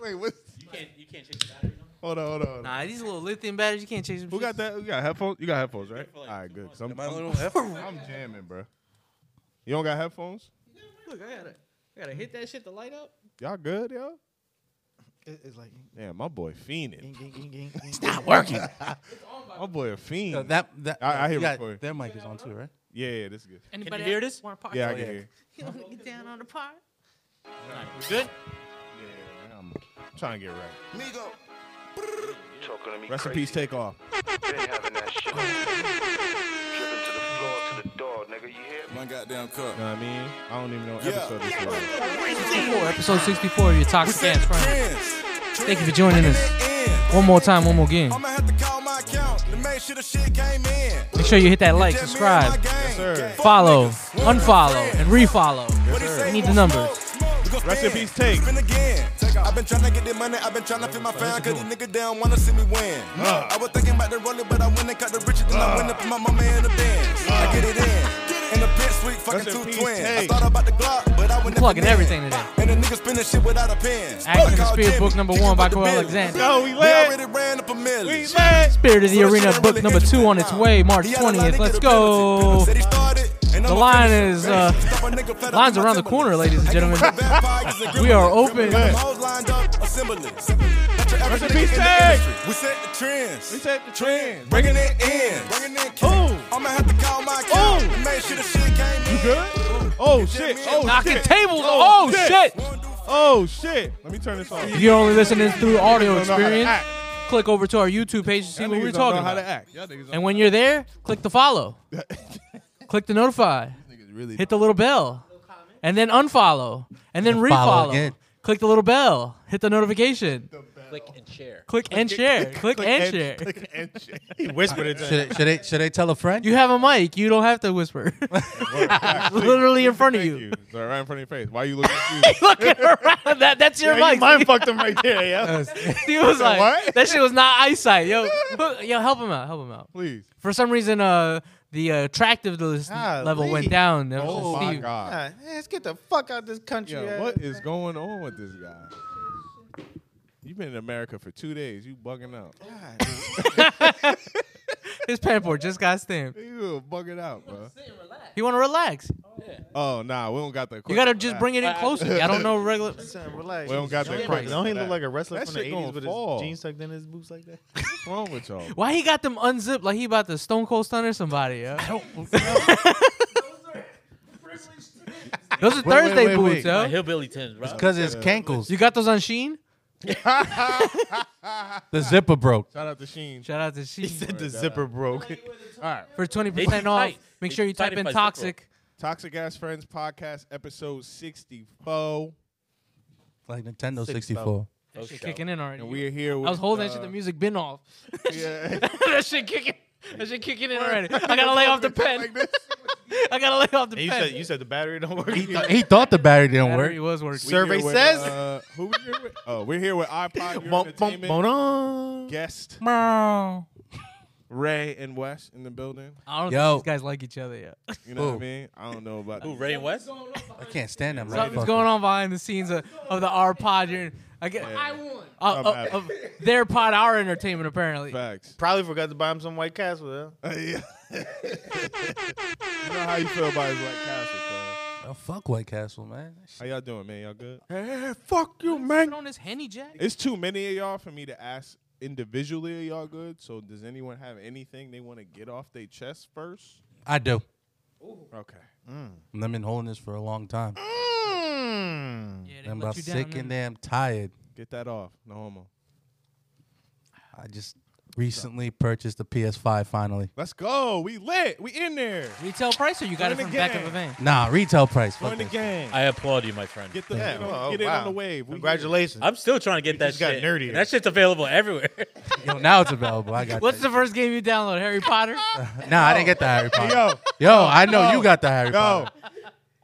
Wait, what? You can't you can't change the battery. Hold on, hold on. Hold on. Nah, these little lithium batteries, you can't change them. Who got shits. that? You got headphones? You got headphones, right? for like All right, two good. months. 'cause I'm, My I'm, little heifer. I'm jamming, bro. You don't got headphones? Look, I gotta, I gotta hit that shit to light up. Y'all good, yo? It- It's like Damn, my boy fiending. ging, ging, ging, ging, ging. working. My boy a fiend. Yo, that that I- I hear you got- recording. Their mic is on too, right? yeah, yeah, this is good. Anybody hear this? Yeah, I Oh, can yeah. hear. You wanna Oh, get down on the part? We good? Yeah, man, I'm trying to get right. Migo. Talking to me Rest in crazy. peace, take off. Been having that shit. Driven to the floor, to the door, nigga. You hear me? One goddamn cup. You know what I mean? I don't even know what Yeah. episode this is. Episode 64 of your Toxic Ass Friend. Thank Thank you for joining us. One more time, one more game. I'm gonna have to call my account to make sure the shit came in. Make sure you hit that like, subscribe, Yes, sir. follow, unfollow, and refollow. We need the numbers. Rest in peace, Take. I've been trying to get the money, I've been trying to feed my fan, cause these niggas down wanna see me win. Uh. I was thinking about the roller, but I went and cut the riches, then I went up in my mama in the bins. I get it in. In the pit suite, fucking Uh. Rest in two peace, twins. I Take. thought about the Glock, but I went Plugging everything today. And the niggas spinning shit without a pen. Act in the Fuck all Spirit, book Jimmy. number Kick one it by with the Cole Billy. Alexander. No, we We lit. already ran up a million. We lit. Spirit of the So Arena, shit book really number is two on its way, March He had a line 20th. to Let's get a penalty. go. Said he started, and The I'ma line finish is, it. uh, Stop a nigga fed up line's with my around the corner, Timberlands. ladies and I give gentlemen. them vampires and We are gremlins. open. Them hoes lined up, assemblies. Not your Rest average in nigga peace, in the Tag. industry. We set the trends. We set the trends. Bringing it in. Bringing in kick. Ooh. I'ma have to call my account Ooh. and make sure the shit came in. You good? Oh shit! Oh Knocking shit! tables. Oh, Oh, shit. shit. One, two, three. Oh shit! Let me turn this off. If you're only listening through audio Don't know how to experience, act. click over to our YouTube page to see Y'all what niggas we're don't talking know how about. to act. Y'all niggas And when you're there, click the follow, click the notify, really hit the little bell, and then unfollow, and then follow refollow. again. Click the little bell, hit the notification, Click and share. click and share, click and share. Click and share. He whispered it. to Should I, should I should I tell a friend? You have a mic, you don't have to whisper. Literally in front of Thank you. you. It's right in front of your face. Why you looking confused? Looking around, that, that's your Yeah, you mic. mind fucked him right there, yeah. He was like, What? that shit was not eyesight. Yo, yo, help him out, help him out. Please. For some reason, uh, the uh, attractiveness Golly. level went down. ever Oh since my Steve- god. Yeah, let's get the fuck out this country. Yo, yeah. what is going on with this guy? You've been in America for two days. You bugging out. Oh, His passport just got stamped. You bugging out, bro. He want to relax. Oh nah, we don't got the. You equipment gotta for just that. bring it in closer. I don't know regular. Son, relax. We don't got that Don't he- price. Don't he That- look like a wrestler that from the shit gonna 80s with fall. his jeans tucked in his boots like that? What's wrong with y'all? Why he got them unzipped like he about to Stone Cold Stunner somebody? Yo. Those are Wait, wait, Thursday wait, boots, wait. yo. hillbilly tins, bro. Because it's cankles. You got those on Sheen? The zipper broke. Shout out to Sheen. Shout out to Sheen the zipper broke. for twenty They too percent off. tight. Make They sure too you tight type if in I zip toxic. Toxic Ass Friends Podcast, episode 64. like Nintendo 64. That Oh, shit show. kicking in already. And we are here with. I was holding that shit. uh, The music been off. Yeah. that shit kicking. That shit kicking in already. I gotta lay off the pen. Like this. I gotta lay off the you pen. said you said the battery don't work. He thought the battery didn't Battery was working. We here Survey with, says- Uh, who we here with? Oh, we're here with iPod Your Bump, bump, Entertainment bump, on. guest I Ray and Wes in the building. don't Yo. think these guys like each other yet. You know what I Who? mean? I don't know about Who, Ray and West? I can't stand that. Something's motherfucker. going on behind the scenes of, of the R pod. You're- I get. I won. Uh, uh, matter. of their pod, our entertainment apparently. facts. Probably forgot to buy him some White Castle. Yeah. you know how you feel about his Black Castle, cuz. Huh? Oh, fuck White Castle, man. How y'all doing, man? Y'all good? fuck you, Put on this henny jack. It's too many of y'all for me to ask individually are y'all good. So does anyone have anything they want to get off their chest first? I do. Okay. I've been holding this for a long time. Yeah, they I'm let about you sick down. and damn tired. Get that off. No homo. I just recently purchased the PS5 finally. Let's go. We lit. We in there. Retail price, or you got Join it the from back of gang. a van? Nah, retail price. Fuck Join the that. gang. I applaud you, my friend. Get the Yeah, you know, oh, get it wow. on the wave. We Congratulations. I'm still trying to get that just got shit. nerdier. That shit's available everywhere. Yo, now it's available. I got What's that. the first game you download? Harry Potter. Nah, I didn't get the Harry Potter. Yo, Yo, I know you got the Harry yo, Potter.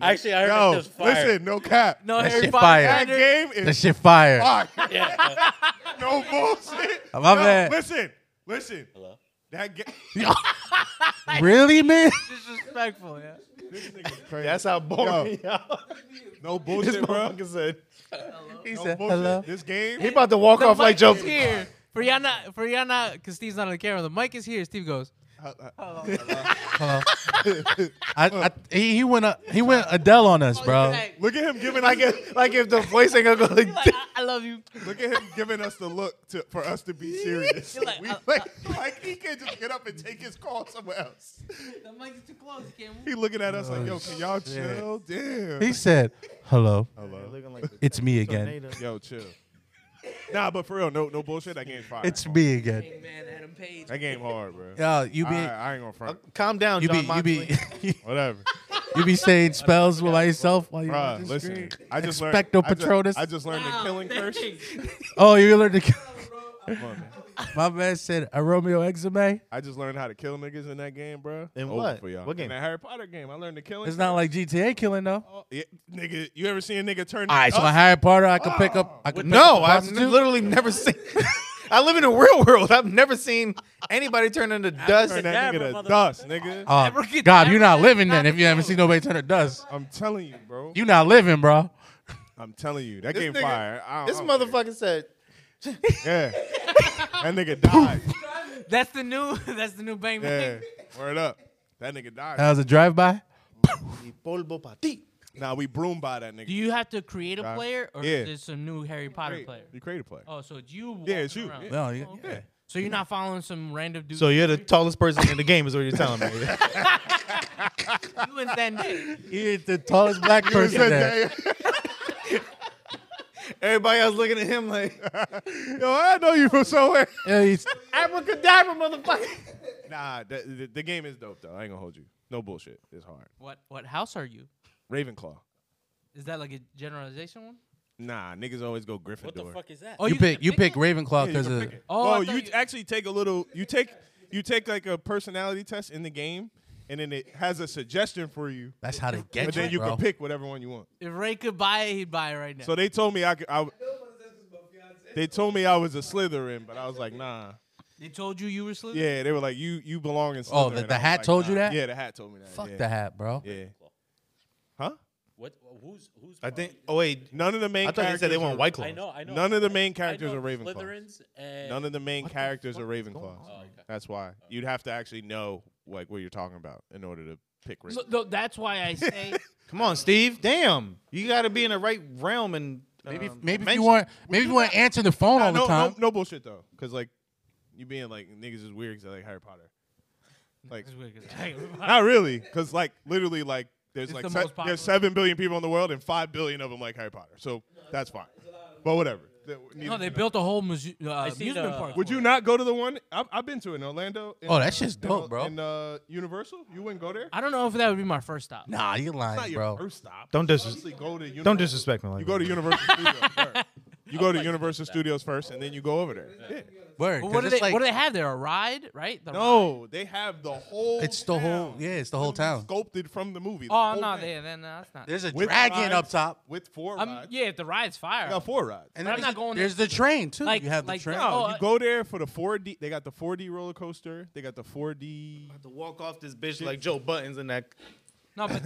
Actually, I heard yo. that shit was fire. Listen, no cap. No, That Harry shit Potter. fire. that Alexander. game That is shit fire. fire. Yeah. no bullshit. My No, bad. Listen, listen. Hello? That game. Really, man? Disrespectful. Yeah. This nigga's crazy. That's how boring. no bullshit, bro. said. He No bullshit. said, "Hello." This game. He about to walk off like Joe. is here for y'all not for y'all not because Steve's not on the camera. The mic is here. Steve goes. I, I, he, he went. A, he went Adele on us, "Oh, bro. like, Look at him giving Like if, like if the voice ain't gonna go like like, I, I love you. look at him giving us the look to, for us to be serious. You're like, we, uh, like, like he can't just get up and take his call somewhere else. The mic is too close. You can't move. He looking at us like, yo, can y'all chill? Damn. He said, "Hello, Hello. Looking like it's me again. tornado. Yo, chill. Nah, but for real, no, no bullshit. That game fire. It's me again." Hey, man, Adam Page. that game hard, bro. Yo, you be, I, I ain't gonna front. Calm down, you John be, you be, Whatever. you be saying spells by yourself while you watch Bruh, this listen. screen? I just Expecto learned. I ju- Patronus. I just Oh, learned the killing curse. thanks. Oh, you learned the. Come on, man. My man said, "A Romeo Exame." I just learned how to kill niggas in that game, bro. In Over what? For y'all. What game? In that Harry Potter game. I learned the killing. It's not like GTA killing though. All Oh, yeah, nigga, you ever seen a nigga turn? right, so up? in Harry Potter, I could pick up. I could No, pick up I've a n- prostitute. literally never seen. I live in the real world. I've never seen anybody turn into dust. turn that nigga Abracadabra, to dust, nigga. Oh, Never get- God, you're not never- living then not if you haven't the seen nobody turn to dust. I'm telling you, bro. You not living, bro. I'm telling you, that This game nigga- fire. I don't- This I don't care. motherfucker said, Yeah, that nigga died. That's the new. That's the new bang bang. Yeah, word up. That nigga died. That was a drive by. "Y polvo pa ti." nah, we broomed by that nigga. Do you have to create a Right. player, or Yeah. is there some new Harry Potter create, player? You create a play. Oh, so it's you. Yeah, it's you, walking around. yeah. No, yeah. Okay. So you're not following some random dude. So you're the tallest person in the game, is what you're telling me. you and Zendaya. You're the tallest black person there. Everybody else looking at him like, Yo, I know you from somewhere. Yeah, he's- abracadabra, motherfucker. Nah, the, the, the game is dope though. I ain't gonna hold you. No bullshit. It's hard. What what house are you? Ravenclaw. Is that like a generalization one? Nah, niggas always go Gryffindor. What the fuck is that? Oh, you can pick you pick one? Ravenclaw Yeah, you because can of pick it. Oh, I Oh, thought you you- actually take a little. You take you take like a personality test in the game, and then it has a suggestion for you. that's how they But get then you, you bro. can pick whatever one you want. If Ray could buy it, he'd buy it right now. So they told me I could. I, they told me I was a Slytherin, but I was like, nah. they told you you were sleeping. Yeah, they were like, you you belong in Slytherin. Oh, the- the I was hat like, told you nah. that? Yeah, the hat told me that. Fuck yeah. the hat, bro. Yeah. Huh? What? Who's who's? I think, oh, wait. None of the main. I thought he said they characters want are- white claws. I know. I know. None of the I- main I characters know are Ravenclaws. Slytherins and None of the main characters are going Ravenclaws. on? Oh, okay. That's why you'd have to actually know like what you're talking about in order to pick Ravenclaw. So, though, that's why I say Come on, Steve. Damn. You got to be in the right realm and Maybe um, maybe if you dimension. want maybe if you want answering the phone Nah, all the no, time. No, no bullshit though, because like you being like niggas is weird because like Harry Potter. Like, It's weird 'cause I- not really, because like literally like there's It's like the se- most popular. there's seven billion people in the world and five billion of them like Harry Potter, so that's fine. But whatever. That- no, neither they here nor built a whole muse- uh, seen, amusement uh, park. there. Would for you it. not go to the one? I've, I've been to in Orlando. in, Oh, that shit's in, dope, uh, bro. In uh, Universal, you wouldn't go there. I don't know if that would be my first stop. Nah, you It's not lying, your bro. first stop. Don't dis- Honestly, go to Don't Universal. disrespect me like You go to that. Universal Studios first. You go to Universal Studios first, and then you go over there. Yeah. Word. But 'cause what do it's they? like- what do they have there? A ride, right? The ride? No, they have the whole. It's the whole- town. yeah, it's the whole Literally town. Sculpted from the movie. the Oh whole no, thing. they, then no, that's not. There's a With dragon rides, up top. with four Um, rides. yeah, if the ride's fire. They got four rides. And But I'm not there's- going There's there. the train too. Like- you have like, the train. no. Oh, you I- go there for the 4D. They got the 4D roller coaster. They got the 4D. to walk off this bitch like Joe Buttons and that. no, but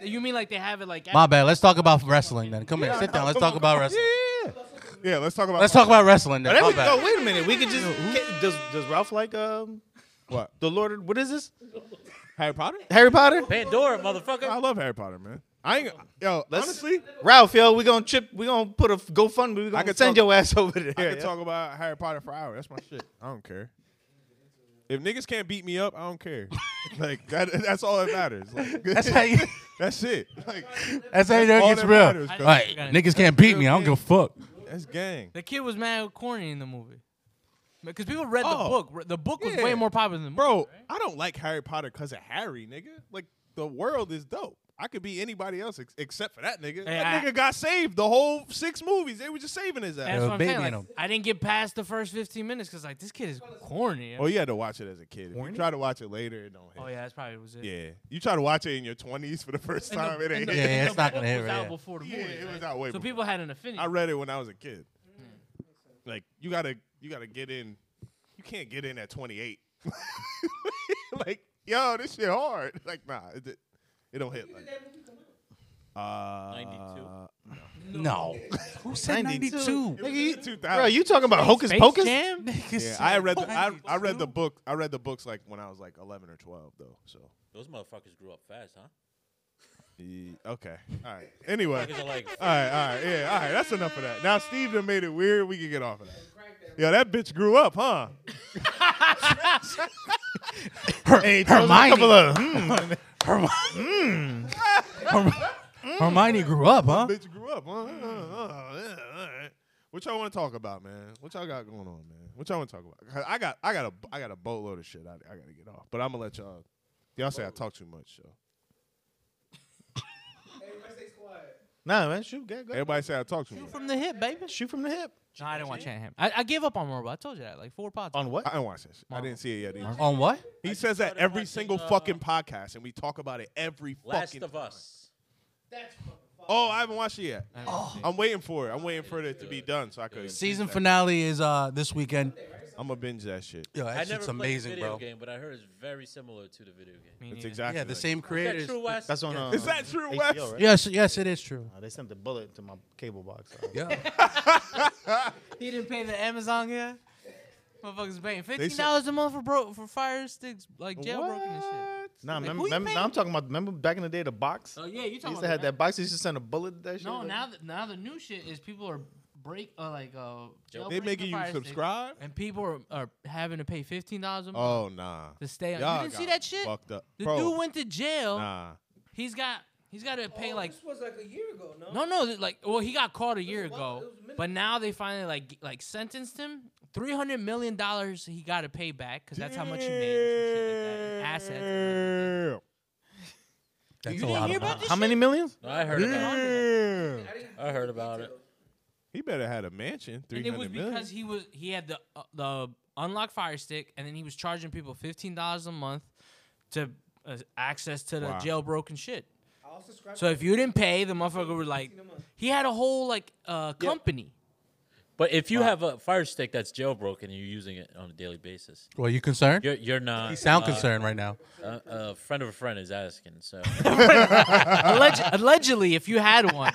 you mean like they have it like? My bad. Let's talk about wrestling then. Come here, sit down. Let's talk about wrestling. Yeah. Yeah. Let's talk about. Let's talk about wrestling then. But My we bad. go, wait a minute. We could just. Can, does, does Ralph like um what the Lord? What is this? Harry Potter. Harry Potter? Pandora, I motherfucker. love Harry Potter, man. I ain't yo. Let's- honestly, Ralph, yo, we gonna chip. We gonna put a GoFundMe. We gonna could send talk- your ass over there. I can yeah. talk about Harry Potter for hours. That's my shit. I don't care. If niggas can't beat me up, I don't care. like that. That's all that matters. Like, That's how you. That's it. Like, That's how you know it all gets that real. matters, All bro. right, niggas can't beat me. I don't give a fuck. that's gang. The kid was mad corny in the movie. Because people read Oh. the book. Re- The book was Yeah. way more popular than the movie. Bro, I don't like Harry Potter because of Harry, nigga. Like, the world is dope. I could be anybody else ex- except for that nigga. Hey, that I- nigga got saved the whole six movies. They were just saving his That's ass. Yeah, what I'm baby saying. in Like, 'em. I didn't get past the first 15 minutes because like this kid is corny. Well, Oh, you had to watch it as a kid. If you try to watch it later, it don't hit. oh yeah, that's probably was it. Yeah. You try to watch it in your 20s for the first And the- time, it and ain't the- hit. Yeah, and it's the not gonna book hit was right out here. before the Yeah, movie. it right? was out way so before. people had an affinity. I read it when I was a kid. Mm-hmm. Like, you gotta, you gotta get in. You can't get in at 28. like, yo, this shit hard. Like, nah, it, it don't hit. Like, uh, 92. No. Who said 92? 92? Nigga, you, 2000. Bro, you talking about Hocus Space Pocus? Jam? yeah, I read the, I, I read the book. I read the books like when I was like 11 or 12 though. So Those motherfuckers grew up fast, huh? Ye- okay, all right. Anyway, Niggas are like, all right, all right, yeah, all right. That's enough of that. Now Steve done made it weird. We can get off of that. Yo, that bitch grew up, huh? Hey, throws a couple of- hmm. Hermione. hmm. Hermione grew up, huh? Bitch grew up, huh? Uh, uh, yeah, all right. What y'all want to talk about, man? What y'all got going on, man? What y'all want to talk about? 'Cause I got, I got a, I got a boatload of shit. I, I gotta get off, but I'm gonna let y'all. Y'all say I talk too much, so Nah, man, shoot, go, go. everybody say I talk too much. From the hip, baby. shoot from the hip. No, I didn't watch Shanahan. I, I gave up on Marvel. I told you that like four pods. On what? I don't watch that shit. I didn't see it yet. Either. On what? He says that started every watching, single uh, fucking podcast, and we talk about it every Last fucking. of Us. Oh, I haven't watched it yet. I'm waiting for it. I'm waiting for it to be done so I could. Season finale is uh this weekend. I'm gonna binge that shit. Yo, I that never shit's played the amazing, video bro. game, but I heard it's very similar to the video game. It's exactly. Yeah, the like- same Is creators. that true, Wes? That's on. Uh, Is that true, Wes? HBO, right? Yes, yes, it is true. Uh, they sent the bullet to my cable box. Yeah. He didn't pay the Amazon guy. Motherfuckers paying fifteen said- dollars a month for bro for fire sticks like jailbroken and shit. Nah, Like, remember, who you remember, paying? nah, I'm talking about. Remember back in the day, the box. Oh yeah, you They talking used about to have that. that box. They used to send a bullet to that shit. No, like- now the, now the new shit is people are break uh, like uh They jailbreaking making you Fire Stick, subscribe? and people are, are having to pay fifteen dollars a month Oh nah. to stay. On. Y'all you didn't see got that shit? Fucked up. The Bro, dude went to jail. Nah. He's got he's got to pay like Oh, this was like a year ago. No, no no th- like well he got caught a year a while- it ago, was minutes but now they finally like g- like sentenced him three hundred million dollars he got to pay back because that's how much he made or some shit like that, in assets. Damn. That's You a didn't lot hear of about money. this? how many millions? No, I heard about it. Damn. I didn't. I heard about it. He better had a mansion. Three And it was hundred million. because he was he had the uh, the unlocked fire stick, and then he was charging people fifteen dollars a month to uh, access to the Wow. jailbroken shit. I'll subscribe. So if you didn't pay, the motherfucker would like he had a whole like uh, company. But if you have a Fire Stick that's jailbroken and you're using it on a daily basis, Well, you concerned? you're you're not. you sound uh, concerned right now. A, a friend of a friend is asking, so Alleg- allegedly, if you had one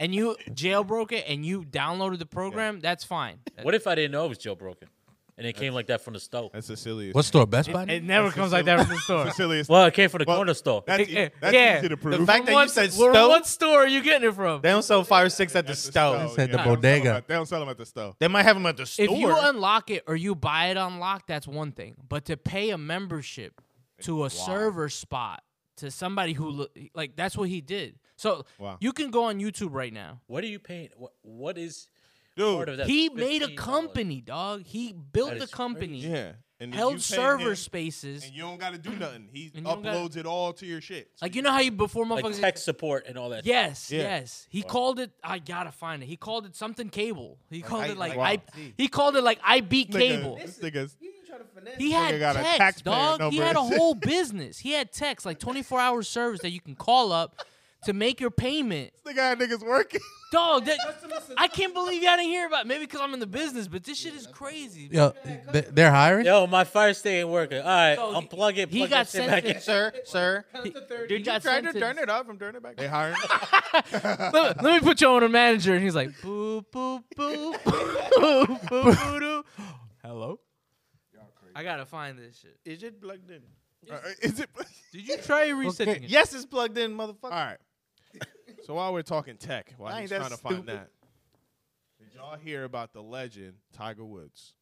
and you jailbroke it and you downloaded the program, that's fine. what if I didn't know it was jailbroken, and it came like that from the stove? That's the silliest. What store? Best Buy? never comes like that from the the store. silliest? Well, it came from the Well, corner store. That's, eh, Yeah. e- that's Yeah. easy to The prove. The fact that you said Where- stove, What store are you getting it from? they don't sell fire sticks at the stove. stove. Said the They don't sell 'em bodega. at- They don't sell them at the stove. They might have them at the store. If you unlock it or you buy it unlocked, that's one thing. But to pay a membership to a server spot to somebody who lo- like that's what he did. So Wow. you can go on YouTube right now. What are you paying? What, what is part of Dude. that? he made a $15? company, dog. He built That a is company, Yeah. And then you held pay server him, spaces. And you don't got to do nothing. He And you don't gotta- uploads it all to your shit. like you know how you before like motherfuckers. tech support and all that. yes, Yeah. yes. He called it. I gotta find it. He called it something cable. He called I- it like like- I. He called it like I beat Nigga, cable. This nigga's You trying to finesse? He it. had Nigga got a text, taxpayer dog. He number had a and shit. whole business. He had text, like 24 hour service that you can call up to make your payment. nigga had niggas working. Dog, that, Customer service. I can't believe y'all didn't hear about. Maybe because I'm in the business, but this shit is crazy. Yo, they- they're hiring? Yo, my fire stick ain't working. All right, So he- unplug it. he plug got that shit back in. sentenced- sir, sir, Count to thirty. Dude, got tried to sentenced. turn it off from turning it back. They hiring. Uh, let, me- let me put you on a manager, and he's like, boop, boop, boop, boop, boop, boop, doo. Hello. I gotta find this shit. Is it plugged in? uh, Is it? Did you try resetting it? Yes, it's plugged in, motherfucker. All right. So while we're talking tech, while Ain't he's that trying to find stupid? that, did y'all hear about the legend Tiger Woods?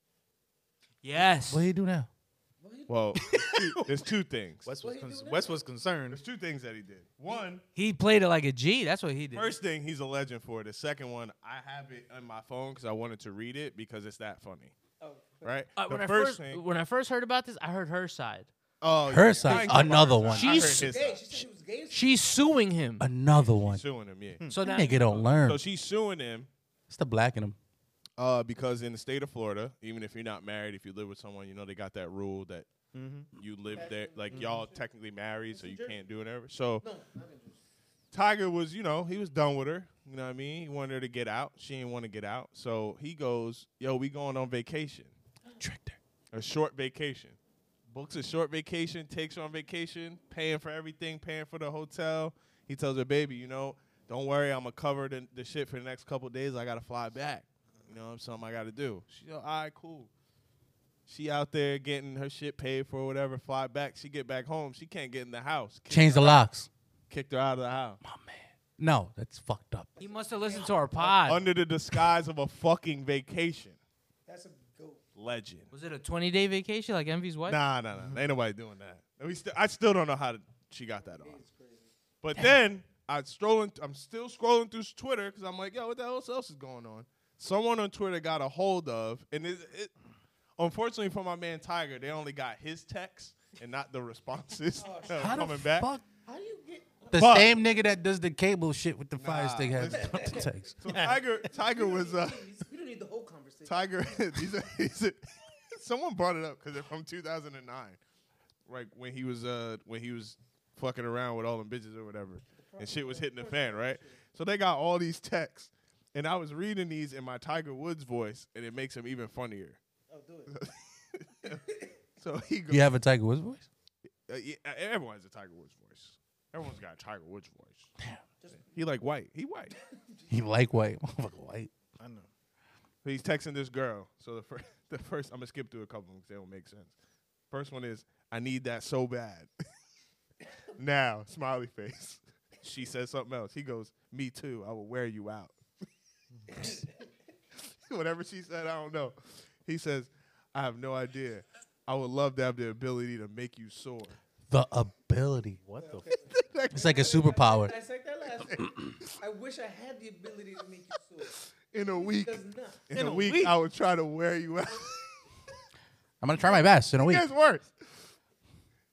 Yes. What do you do now? Well, there's two- there's two things. Wes was, con- Wes was concerned. There's two things that he did. One, He played it like a G. That's what he did. first thing, he's a legend for it. The second one, I have it on my phone because I wanted to read it because it's that funny. Right? Uh, the when I first first thing. when I first heard about this, I heard her side. Oh, Her yeah. I side. ain't gonna Another lie. one. I heard She's- his Hey, side. she said she was gay. as She's suing him. Another one. suing him, yeah. So now Nigga don't learn. So she's suing him It's the black in him. Uh, because in the state of Florida, even if you're not married, if you live with someone, you know they got that rule that you live there, like y'all technically married, so you can't do whatever. So Tiger was, you know, he was done with her. You know what I mean? He wanted her to get out. She didn't want to get out. So he goes, "Yo, we going on vacation, Tricked her. a short vacation." Books a short vacation, takes her on vacation, paying for everything, paying for the hotel. He tells her, "Baby, you know." don't worry, I'm gonna cover the, the shit for the next couple days. I gotta fly back. You know, it's something I gotta do. She, all right, cool. She out there getting her shit paid for, whatever. Fly back. She get back home. She can't get in the house. Kick- Change the locks. Kicked her out of the house No, that's fucked up. He must have listened to our pod. under the disguise of a fucking vacation. That's a goat. Legend. was it a 20 day vacation like Envy's wife? Nah, nah, Mm-hmm. nah. Ain't nobody doing that. And we still, I still don't know how to, she got that on. But then I strolling, I'm still scrolling through Twitter because I'm like, yo, what the hell else is going on? Someone on Twitter got a hold of, and it, it unfortunately for my man Tiger, they only got his text and not the responses that were How coming the back. fuck? How do you get? The But- same nigga that does the cable shit with the fire Nah, stick has listen. the text. So Tiger, Tiger was uh, We don't need the whole conversation. Tiger. these are, these are- someone brought it up because they're from 2009, right when he was uh when he was fucking around with all them bitches or whatever, and shit was hitting the fan, right? So they got all these texts, and I was reading these in my Tiger Woods voice, and it makes him even funnier. Oh, do it. So he goes, You have a Tiger Woods voice? uh, yeah, uh, everyone has a Tiger Woods voice. Everyone's got a Tiger Woods voice. He like white. He white. He like white, motherfucker white. So he's texting this girl. So the first, the first, I'm gonna skip through a couple because they don't make sense. First one is, I need that so bad. now, smiley face. She says something else. He goes, Me too. I will wear you out. Whatever she said, I don't know. He says, I have no idea. I would love to have the ability to make you sore. The ability. What the? F- It's like a superpower. Dissect that last. one. I wish I had the ability to make you sore. In a week, Does not. in, a, week, I would try to wear you out. I'm gonna try my best in a week. It's worse.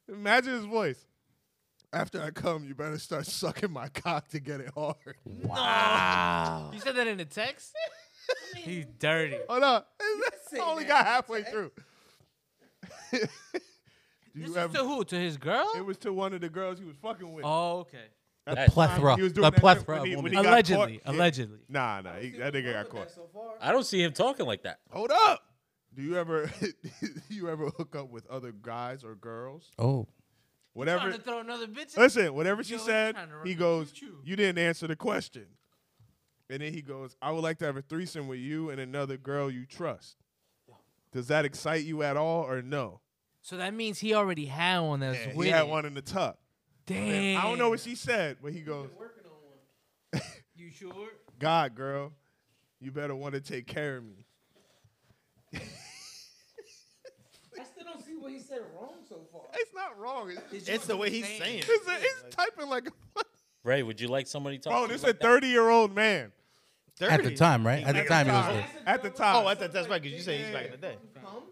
Imagine his voice. After I come, you better start sucking my cock to get it hard. You said that in a text? He's dirty. Hold up. say I only that. got halfway through. Do This you is to ever, who? To his girl? it was to one of the girls he was fucking with. oh, okay. At that the time, plethora- He was a doing that shit plethora when of he- when women. he got Allegedly. caught. Yeah. Allegedly. Nah, nah. He, that nigga got caught. So far, I don't see him talking like that. Hold up. Do you ever you ever hook up with other guys or girls? Oh, Whatever. Trying to throw another bitch in? Listen, whatever she Yo, he's said, trying to run he the goes, choo-choo. You didn't answer the question. And then he goes, I would like to have a threesome with you and another girl you trust. Does that excite you at all or no? So that means he already had one that's And with he had it. one in the tuck. Damn. I don't know what she said, but he goes, working on one. You sure? God, girl, you better want to take care of me. I still don't see what he said wrong so far. It's not wrong. It's, it's, It's the way he's saying it. it's typing like a. Ray, would you like somebody talking? Bro, to you Oh, this is a like that? 30 year old man. at the 30. time, right? At the time, he was. At the, time. Oh, I thought that's right because you said he's back in the day. Mom?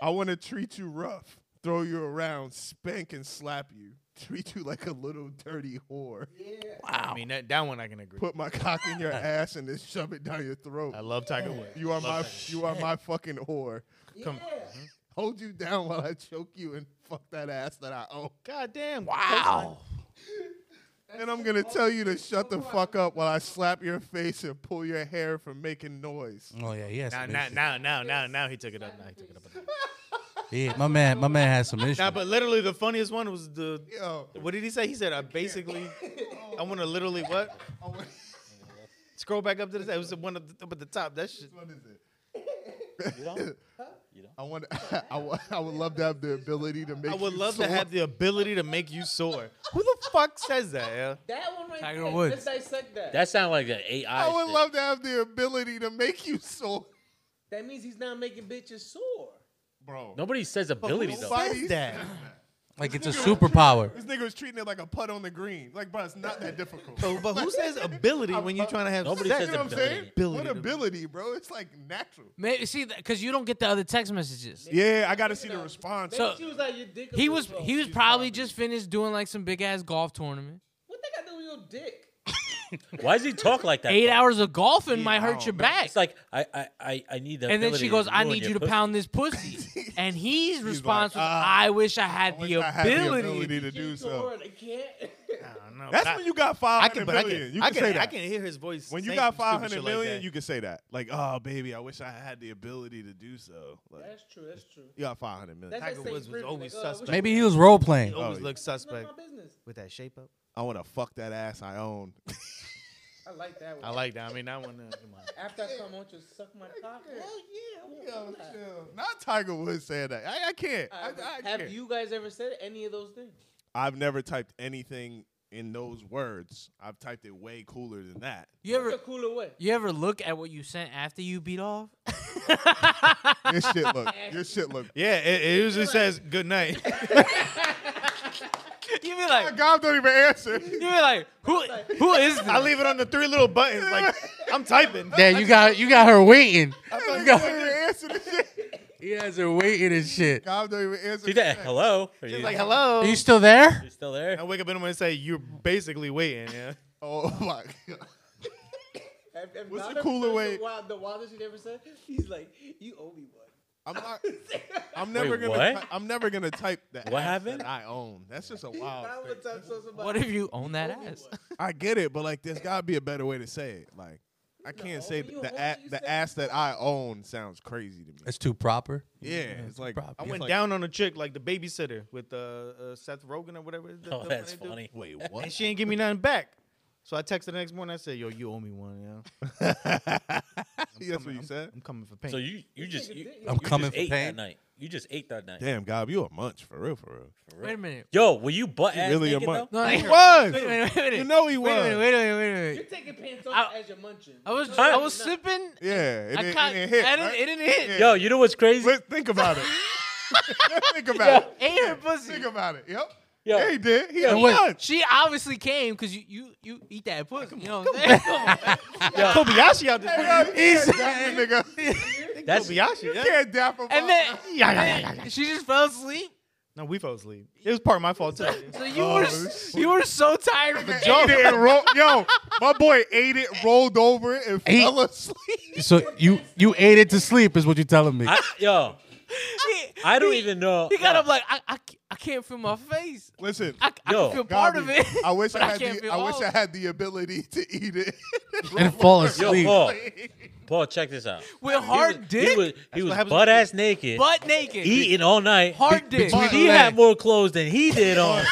I want to treat you rough, throw you around, spank and slap you, treat you like a little dirty whore. I mean, that, that one I can agree. put my cock in your ass and then shove it down your throat. I love Tiger Woods. You are my you are my fucking whore. Come Hold you down while I choke you and fuck that ass that I own. God damn. Wow. And I'm gonna tell you to shut the fuck up while I slap your face and pull your hair from making noise. Oh yeah, yes. Now, now, now, now, now, now he took it up. Now he took it up. Yeah, my man, my man has some issues. Nah, but literally the funniest one was the. Yo, What did he say? He said, "I basically, I want to literally what? Scroll back up to the. It was the one up, the, up at the top. That shit. what is it? You don't? I want I, wa- I would love to have the ability to make. I would you love to sore. have the ability to make you sore. Who the fuck says that? Yeah. That one right Tiger there. Woods. Let's dissect that. That sounds like an AI. I would shit. love to have the ability to make you sore, that means he's not making bitches sore. bro. Nobody says ability though. Nobody Says that. like it's a superpower. This nigga was treating it like a putt on the green. Like, bro, it's not that difficult. But, but who says ability when you're trying to have Nobody sex? You know what I'm saying? Ability What to make- ability, bro? It's like natural. Maybe, see, because you don't get the other text messages. Yeah, I got to see the response. So- she was like, your dick. a He little was bro." he was probably just finished doing like some big ass golf tournament. What they got to do with your dick? Why does he talk like that? Eight though? hours of golfing might I hurt don't your know. back. It's like I I I, I need that. and then she goes, "I need you to pound this pussy." and his response was, "Ah, "I wish I had, I the, wish I ability. had the ability to do You so. sore? They can't. I don't know. That's I- when you got I 500 million. can, but I can. you I can, say that. I can hear his voice. when you saying got some stupid 500 shit million, like you can say that. Like, oh, baby, I wish I had the ability to do so. Like, That's true. That's true. you got 500 million. Tiger That's that same Woods was freak, always like, oh, I wish suspect. I- Maybe he was role that. playing. He always Oh, looks None of suspect my business. with that shape up. I want to fuck that ass I own. I like that one. I like that. I mean, that one. Uh, come on. After I come on, just suck my cock. Well, yeah. I won't do that. Not Tiger Woods saying that. I, I can't. I, Uh, but I have can't. you guys ever said any of those things? I've never typed anything in those words. I've typed it way cooler than that. You It's ever a cooler way. you ever look at what you sent after you beat off? Your shit look. Your shit look. Yeah, it, it usually says good night. you be like, God don't even answer. you be like, who who is this? I leave it on the three little buttons. Like I'm typing. Yeah, you got you got her waiting. You got- don't even answer the shit. he has her waiting and shit. God don't even answer. She the did. shit. Hello. Are you, Like hello. Are you still there? you still there? I wake up in the morning and say you're basically waiting. Yeah. Oh my god. Have- have What's y'all the ever cooler said way- The, wild, the wildest shit you ever said? He's like, you owe me one. I'm not. I'm never Wait, gonna. what? ty- I'm never gonna type that. What ass happened? That I own. That's just a wild. I thing. would talk to somebody. What if you own that owe me ass? one. I get it, but like, there's gotta be a better way to say it. Like, I can't say you th- the own- a- you the said- ass that I own sounds crazy to me. That's too proper. yeah, it's like proper. I it's went like, down on a chick like the babysitter with uh, uh, Seth Rogen or whatever. it is, the- Oh, the that's one they funny. do. Wait, And what? she ain't give me nothing back. So I texted the next morning. I said, "Yo, you owe me one. Yeah, That's what you said. I'm coming for paint." So you you just you, I'm you just coming for ate pain. that night. You just ate that night. Damn, God, you a munch for real, for real. Wait a minute. Yo, were you butt ass really a naked munch. though? No, He no, was. Wait a minute. Wait a minute. You know he wait a minute. was. Wait a minute. Wait a minute. You're taking pants off I- as you're munching. I was No, I you're was not. sipping. Yeah, it, I didn't, caught, it didn't hit. I didn't, right? it didn't hit. Yo, you know what's crazy? Let- think about it. think about it. Ate her pussy. Think about it. Yep. Yo. Yeah, he did. He a She- munch. She obviously came because you, you you eat that pussy. you know what I'm saying? Kobayashi out this. He's that nigga. That's Kobayashi. Yeah. Can't dap him up. And then she just fell asleep. No, we fell asleep. It was part of my fault too. So you Oh, were s- you were so tired. Of the Ate it and roll- Yo, my boy ate it, rolled over, it, and He- fell asleep. So you you ate it to sleep is what you're telling me. I, yo, I don't even know. He got nah. up like I, I ca- I can't feel my face. Listen, I, I Yo, can feel part of Gabi, it. I wish but I had can't the feel I wish all. I had the ability to eat it. and fall Yo, oh. asleep. Paul. Paul, check this out. with hard He dick, was he was happens butt when you- ass naked, butt naked, eating all night. hard dick. between- She had more clothes than he did on.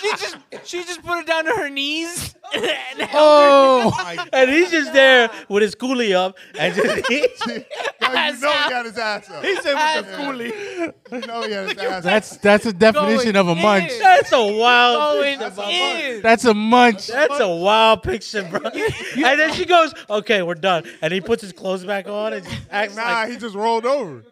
she just she just put it down to her knees. and held Oh, And he's just there with his coolie up and just Now you know he out. got his ass up. He said with the Ass coolie. You know he had his ass up. that's that's a definition of a in. munch. that's a wild going picture, bro. in. That's a munch. That's a wild picture, bro. and then she goes, "Okay, we're done." And he puts his clothes back on and just acts Nah, like Ah, he just rolled over.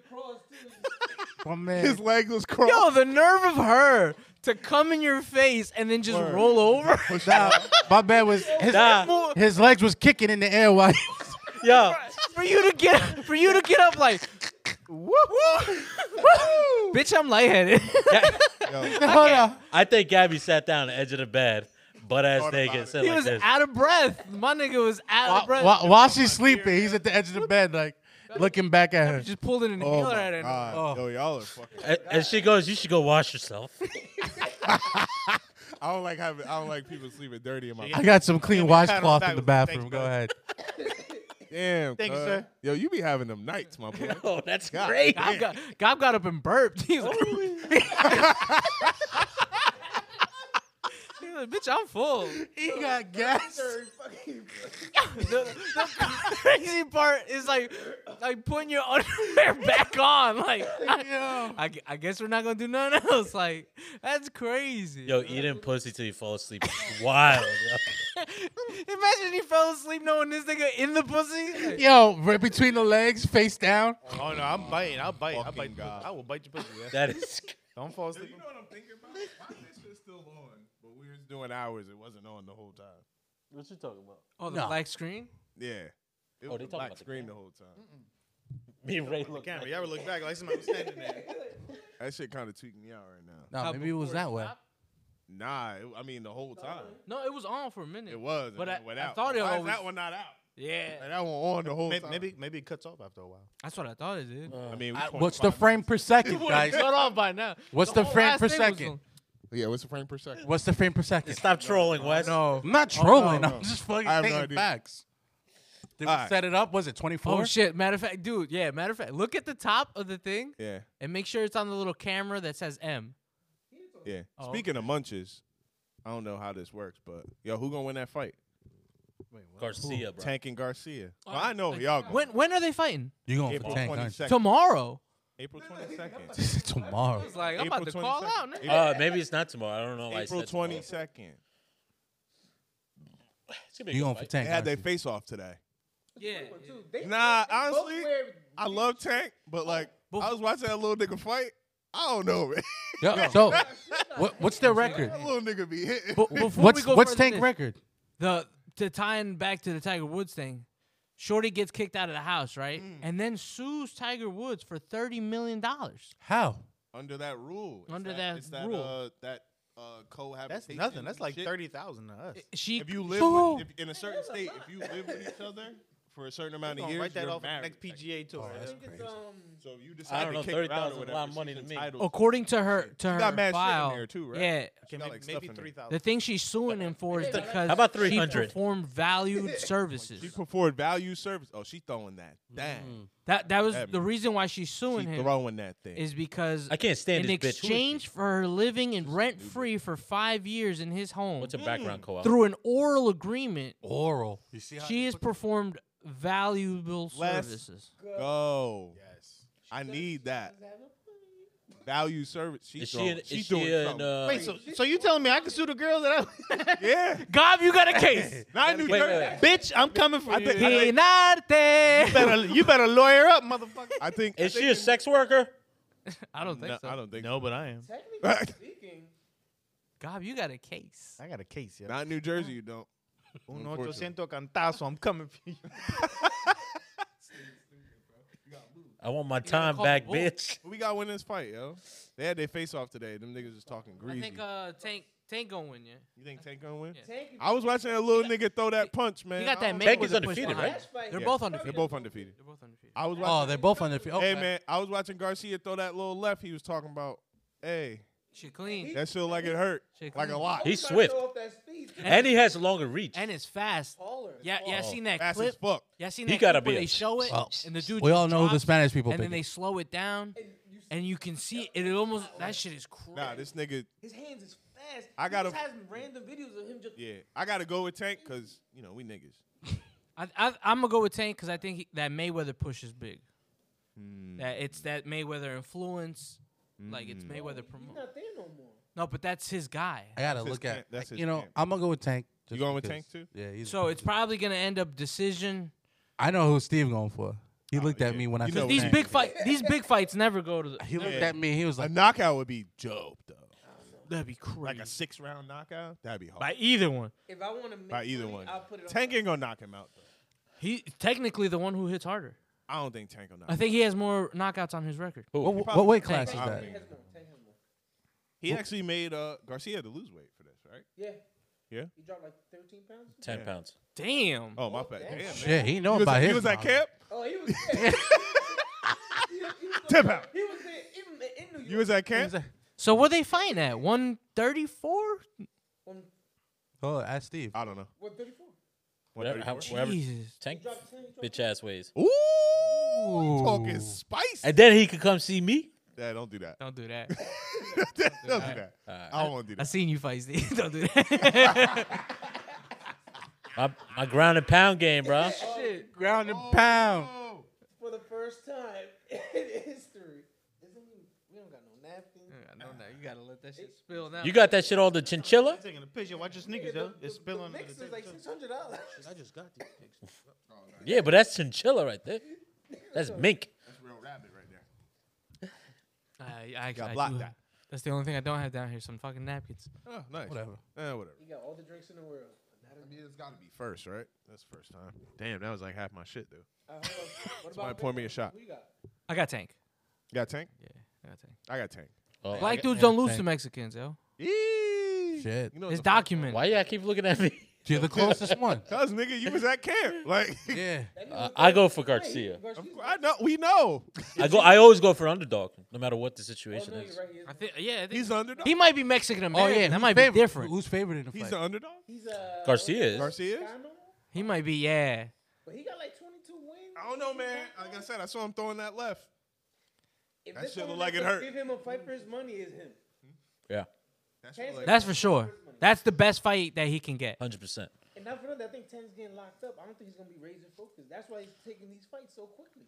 My man. His legs was crossed. Yo, the nerve of her to come in your face and then just roll over. Nah, my bad was his, Nah. his legs was kicking in the air while he "Yo, for you to get for you to get up like woo woo woo. Bitch, I'm lightheaded. hold on. I think Gabby sat down on the edge of the bed, butt ass Thought about naked, it. said he like was this." out of breath. My nigga was out of breath. While, while she's sleeping, he's at the edge of the bed, like looking back at her. Just pulled an Oh inhaler my at her. God. Yo, y'all are fucking. and, and she goes, "You should go wash yourself." I don't like having. I don't like people sleeping dirty in my. I got some clean washcloth in the bathroom. Thanks, Go bud. ahead. Damn. Thank you, cuz. sir. Yo, you be having them nights, my boy. oh, that's God. great. Gob got, Gob got up and burped. He was like, He was like, bitch, I'm full. He got gas. The, the crazy part is like, like putting your underwear back on. Like, I, I gu- I guess we're not gonna do nothing else. Like, that's crazy. Yo, eating pussy till you fall asleep. is Wild. Yo. Imagine he fell asleep knowing this nigga in the pussy. Like, Yo, right between the legs, face down. Oh no, I'm biting. I'll bite. I'll Fucking bite. the God. pussy. I will bite your pussy. Yeah. That is. Don't fall asleep. You know what I'm thinking about? My bitch is still on, but we was doing hours. It wasn't on the whole time. What you talking about? Oh, the black screen. Yeah. It was they a talking black about the screen the camera. whole time. Me and Ray look Camera. You ever look back like somebody was standing there? That shit kind of tweaked me out right now. No, How maybe it was before it that way. stopped? Nah, it, I mean the whole time. No, it was on for a minute. It was. But But I- it went I out. thought it Why is always- that one not out? Yeah, And that one on the whole Maybe, time. maybe maybe it cuts off after a while. that's what I thought it did. I mean, we I- what's the 25 frame per second, guys? Shut off by now. What's the whole frame last per thing was second? on. Yeah, what's the frame per second? What's the frame per second? Oh. Stop trolling, Wes. No, I'm not trolling. no, no. I'm just fucking I have no stating idea. facts. Did we Alright. set it up? Was it 24? Oh shit! Matter of fact, dude. Yeah, matter of fact, look at the top of the thing Yeah, and make sure it's on the little camera that says M. yeah. Oh, Speaking of munches, I don't know how this works, but yo, who gonna win that fight? Garcia, bro. Tank and Garcia. Well, I know y'all. going. Oh, When when are they fighting? You going for April Tank? aren't you? 22nd. Tomorrow. April 22nd. Tomorrow. It's like I'm April about to call 22nd. out. nigga. Uh, maybe it's not tomorrow. I don't know. Why April twenty. twenty second. You going for They Tank? had aren't their you? face off today. Yeah. Nah, both honestly, wear- I love Tank, but like Oh, but- I was watching that little nigga fight. I don't know, man. Yo, so, what, what's their record? that little nigga be hitting. But before What's we go what's further Tank this, record? the to tying back to the Tiger Woods thing, Shorty gets kicked out of the house, right? Mm. And then sues Tiger Woods for thirty million dollars. How? under that rule. It's Under that, that it's that, rule. Uh, that uh, cohabitation. That's nothing. That's like shit. thirty thousand to us. She If you live Oh. with, if, in a certain state, if you live with each other for a certain amount of Gonna years, Oh, write that you're off at married. the next PGA tour. That's yeah. crazy. So if you I decide don't to know, kick her out 30,000 or is a whatever, lot of money she's to me. entitled according to her to her got mad shit in file, there too, right? yeah. She Okay, got, maybe like, stuff maybe in there. three thousand. The thing she's suing him for is because How about she 300? performed valued services. She performed value service. Oh, she throwing that. Dang. Mm. That that was That- the reason why she's suing She him throwing that thing. is because I can't in stand this bitch. Who is exchange she? for her living in rent free for five years in his home What's a background co-op? through an oral agreement, Oral. You see how she has performed valuable Less- services. Go. Yes. I need that. Value service. She Is she throwing. in? she Is doing she in? something. Uh, Wait, so so you telling me I can sue the girl that I? yeah. Gob, you got a case. Not in New wait, Jersey. wait, wait. Bitch, I'm coming for I you. think- I think- you Pinarte. better you better lawyer up, motherfucker. I think. Is she a sex worker? I don't think No, so. I don't think. No, but I am. Technically speaking, Gob, you got a case. I got a case. Yeah. Not in New Jersey. You don't. Uno Unfortunately. ochocientos cantazo. I'm coming for you. I want my time call back, the bull. bitch. We got to win this fight, yo. They had their face off today. Them niggas is talking greasy. I think uh, Tank Tank gonna win, yeah. you think Tank gonna win? Tank I was watching that little nigga throw that punch, man. You got that I man. was- Tank with is the push undefeated, behind. right? fight. They're Yeah. both They're undefeated. both undefeated. They're both undefeated. I was Oh, watching. they're both undefeated. hey, Okay. man, I was watching Garcia throw that little left. He was talking about, hey, She clean. that feel like it hurt, Shit like a clean. lot. He's trying to swift, throw off that speed. and he has a longer reach. and it's fast. Taller. Yeah, yeah. I seen that Fast clip. as fuck. Yeah, I seen He that gotta clip where be a- they show it, Well, and the dude. we just all know who the drops it, Spanish people And then pick. they slow it down, and you can see it. it almost that shit is crazy. Nah, this nigga. His hands is fast. I gotta- He just has random videos of him just. Yeah, I gotta go with Tank because you know we niggas. I, I, I'm gonna go with Tank because I think he, that Mayweather push is big. Hmm. That it's that Mayweather influence, like it's Mayweather He's promote. not there no more. No, but that's his guy. I gotta his look at. camp. That's his you know, camp. I'm gonna go with Tank. just going with because- Tank, too? Yeah. He's, So it's probably gonna end up decision. I know who Steve going for. He looked at yeah. me when I You know said what These Oh, Tank. big fight, these big fights never go to. The, He looked at me. He was A like, knockout would be dope though. that'd be crazy. Like a six round knockout, that'd be hard. by either one. If I want to make By either money, one, I'll put it on Tank ain't gonna knock him out though. He technically the one who hits harder. I don't think Tank will knock. I him think he has more knockouts on his record. Oh. "What, Who? what weight class Tank. is out. I don't that?" think Tank has more, Tank has more. He actually made uh, Garcia had to lose weight for this, right? Yeah. Yeah? He dropped like 13 pounds. Ten pounds. Damn. Oh my bad. Damn, man. Shit, he know He was, about at, his. he was at mom. camp. Oh, he was. Yeah. he, was- he was Tip out. He was there in, in New York. You was at camp. So what they fighting at? One thirty four? on, Oh, ask Steve. I don't know. what 34. Whatever, how- whatever Jesus. tank bitch ass ways. Ooh, talking spicy. And then he could come see me. yeah, don't do that. Don't do that. don't do that. I don't want to do I that. seen you fight Steve. Don't do that. My, my ground and pound game, bro. Shit. Ground and pound. For the first time in history. Isn't he, we don't got no napkins. no, no, you gotta let that shit spill now. You got that shit all the chinchilla? Taking a picture. Watch your sneakers, yo. It's spilling. The mix is like $600. I just got these pictures. Yeah, but that's chinchilla right there. That's mink. I, I, Gotta I block do- that. That's the only thing I don't have down here. Some fucking napkins. Oh, nice. Whatever. Eh, whatever. You got all the drinks in the world. but not I a- mean, it's got to be first, right? That's the first time. Damn, that was like half my shit though. Uh, hold on. What Somebody about pour me a shot. Who you got? I got Tank. You got Tank? Yeah, I got Tank. I got Tank. Oh, Black I- dudes don't lose Tank. to Mexicans, yo. Eee. Shit. You know the It's fuck- documented. Why y'all keep looking at me? You're the closest one. Cause nigga, you was at camp. Like, Yeah. Uh, I go for Garcia. Garcia's I know. We know. I go. I always go for underdog, no matter what the situation no, is. you're right. He is. I think, yeah, I think He's the underdog. he might be Mexican Oh American. yeah. that who's might be favorite- different. Who's favorite in the He's fight? the underdog. He's uh, Garcia is. Garcia. is? Chicano, He might be, yeah. But he got like 22 wins. I don't know, man. Like I said, I saw him throwing that left. If That there's shit look someone like it could hurt. Give him a fight for his money is him. Yeah, That shit like, That's for sure. That's the best fight that he can get. hundred percent. And not for nothing. I think Ten's getting locked up. I don't think he's gonna be razor focused. That's why he's taking these fights so quickly.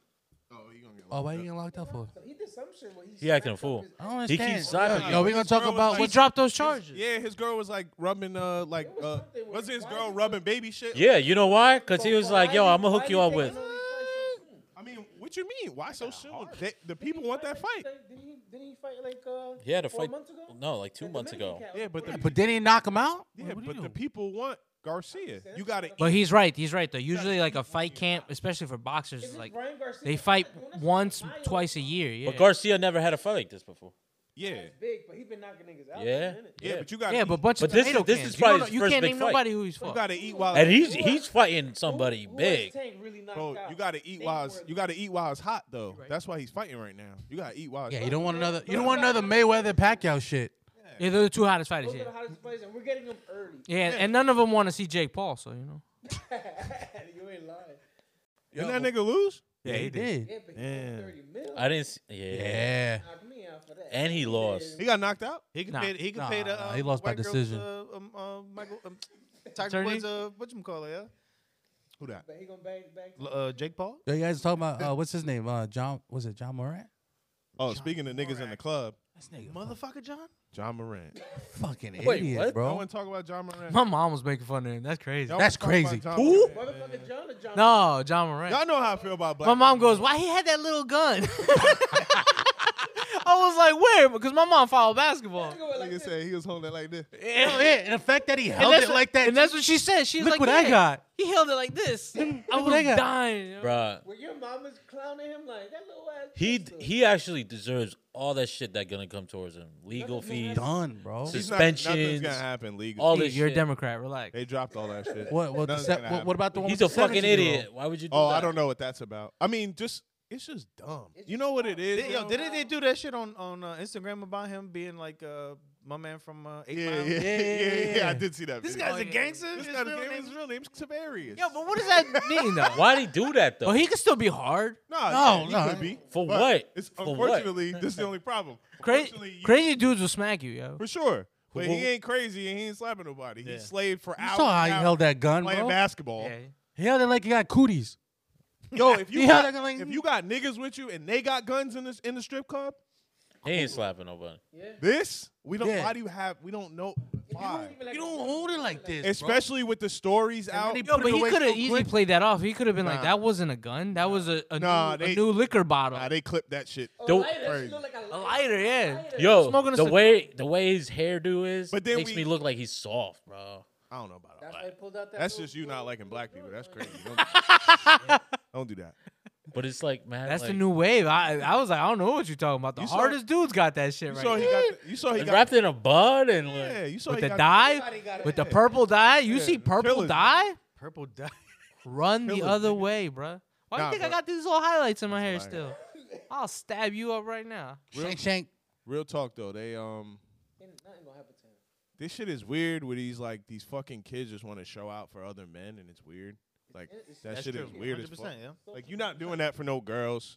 Oh, he gonna get Oh, locked why you up. getting locked up for? So he did some shit where he. He acting a snapped up fool. his- I don't He understand. keeps slapping. Yo, we gonna talk Girl was about like- what He dropped those charges. Yeah, his girl was like rubbing, uh, like, It was uh, something where wasn't his why girl did- rubbing baby shit? Yeah, you know why? Because he But was "Oh, why like, yo, you- I'm going to why hook you you up taking with. all these fights so soon? I mean, what you mean? Why so soon? They, the people want that fight. Did he, did he fight like uh? He had a four fight. months ago? No, like two That months Dominican ago. cat was Yeah, but the crazy. But didn't he knock him out? yeah, What do but you the do? people want Garcia. You got to But he's right. He's right though. Usually, like a fight camp, especially for boxers, Is is this like Brian Garcia? they fight Well, that's once, wild. twice a year. Yeah. But Garcia never had a fight like this before. Yeah, He's big, but he been knocking niggas out. Yeah. isn't it? yeah, but you got yeah, but bunch But of this is- tomato this cans. is You don't probably know- his you, first can't big name fight. nobody who he's you fought. got to eat while And it's- he's he's fighting somebody Who- who big. else Tank really knocked bro, out? you got to eat while it's- you got to eat while it's hot though. That's why he's fighting right now. You got to eat while it's Yeah, hot. you don't want another. You don't want another Mayweather Pacquiao shit. yeah, they're the two hottest fighters. Those are Yeah. the hottest players, and we're getting them early. Yeah, and none of them want to see Jake Paul. So you know. you ain't lying. Didn't that nigga lose? Yeah, he did. Yeah, but he Yeah. got 30 mil. I didn't. See, yeah. Yeah. Knock me out for that. And he lost. He got knocked out. He could Nah, pay. He could nah, pay the. nah, Uh, he lost by white girl's, decision. Uh, um, uh, Michael um, Tiger Attorney? Woods. Uh, what you call it? Yeah. Who that? But he gonna bang back. L- Uh, Jake Paul. Yo, you guys talking about uh, what's his name? Uh, John was it John Morant? Oh, speaking of niggas in the club, This nigga, Motherfucker, John. John Morant. fucking Wait, idiot, what? I bro. want to talk about John Morant. My mom was making fun of him. That's crazy. Y'all That's wanna talk crazy. about John Who? Morant? Motherfucker John or John? No, John Moran. Y'all know how I feel about black. my mom goes, "Why he had that little gun?" I was like, "Where?" Because my mom followed basketball. Nigga went like Nigga this. said he was holding it like this. Yeah, and the fact that he held that's it what- like that. And that's what she said. She was Look like, what I "Yeah, got." He held it like this. I what I was got. dying. yo. Bruh. Well, your mama's clowning him like that little ass. He pistol. he actually deserves all that shit that's gonna come towards him. Legal Nothing's gonna fees, done, bro. Sus- He's not- Nothing's Suspensions. gonna happen legally. all Hey, this you're shit. a Democrat. Relax. They dropped all that shit. What? What, the Nothing's se- gonna what, what happen. about the one? He's a with the fucking 17-year-old? idiot. Why would you do Oh, that? I don't know what that's about. I mean, just it's just dumb. It's you know what it is? Did, yo, bro? didn't they do that shit on on uh, Instagram about him being like uh, my man from uh, Eight yeah, Mile? yeah, yeah, yeah, yeah, I yeah. did see that. This video. guy's a gangster. This His guy's real name, name his real name's Tiberius. Yo, but what does that mean, though? Why'd he do that though? Well, he could still be hard. no, No, he no. could be. For Oh, But what? It's For what? unfortunately this is the only problem. Crazy, Unfortunately, you- crazy dudes will smack you, yo. for sure. But Who- he ain't crazy and he ain't slapping nobody. He slaved for You hours. saw how he and hours held that gun, playing bro. basketball. Yeah. He held it like he got cooties. Yo, if you He held got, it like- if you got niggas with you and they got guns in this in the strip club, He ain't slapping nobody. this we don't. Yeah. Why do you have? We don't know why. Even like- You don't hold it like this, Especially with the stories out. he Yo, Put it but he away could have so easily quick. played that off. He could have been like, Nah. "That wasn't a gun. That was a, a, Nah, new, they- a new liquor bottle, Nah, they clipped that shit. Oh, Don't- lighter. She Crazy. look like a a lighter. lighter." Yeah. Yo, Smoking a the cig- way the way his hairdo is But then makes we- me look like he's soft, bro. I don't know about all That's that. why he pulled out that That's little- just you not little- liking black people. little That's crazy. joint. Don't do that. Don't do that. But it's like, man, That's like, the new wave. I I was like, I don't know what you're talking about. The You saw- hardest dudes got that shit You right. saw he now. got. The, you saw he It's got. wrapped in a bun and like, Yeah, you saw with he the got. Everybody dye, got with it. the purple dye. You Yeah, see purple killers. dye? Purple dye. Run the Killers, other nigga. way, bruh. Why do Nah, you think I bruh. got these little highlights in my hair That's a still? I'll stab you up right now. Shank, shank. Real talk though, they um. Ain't Nothing gonna happen to him. This shit is weird. Where these like these fucking kids just want to show out for other men, and it's weird. Like It's- that That's shit true. is weird as fuck. 100%, yeah. Like you're not doing that for no girls.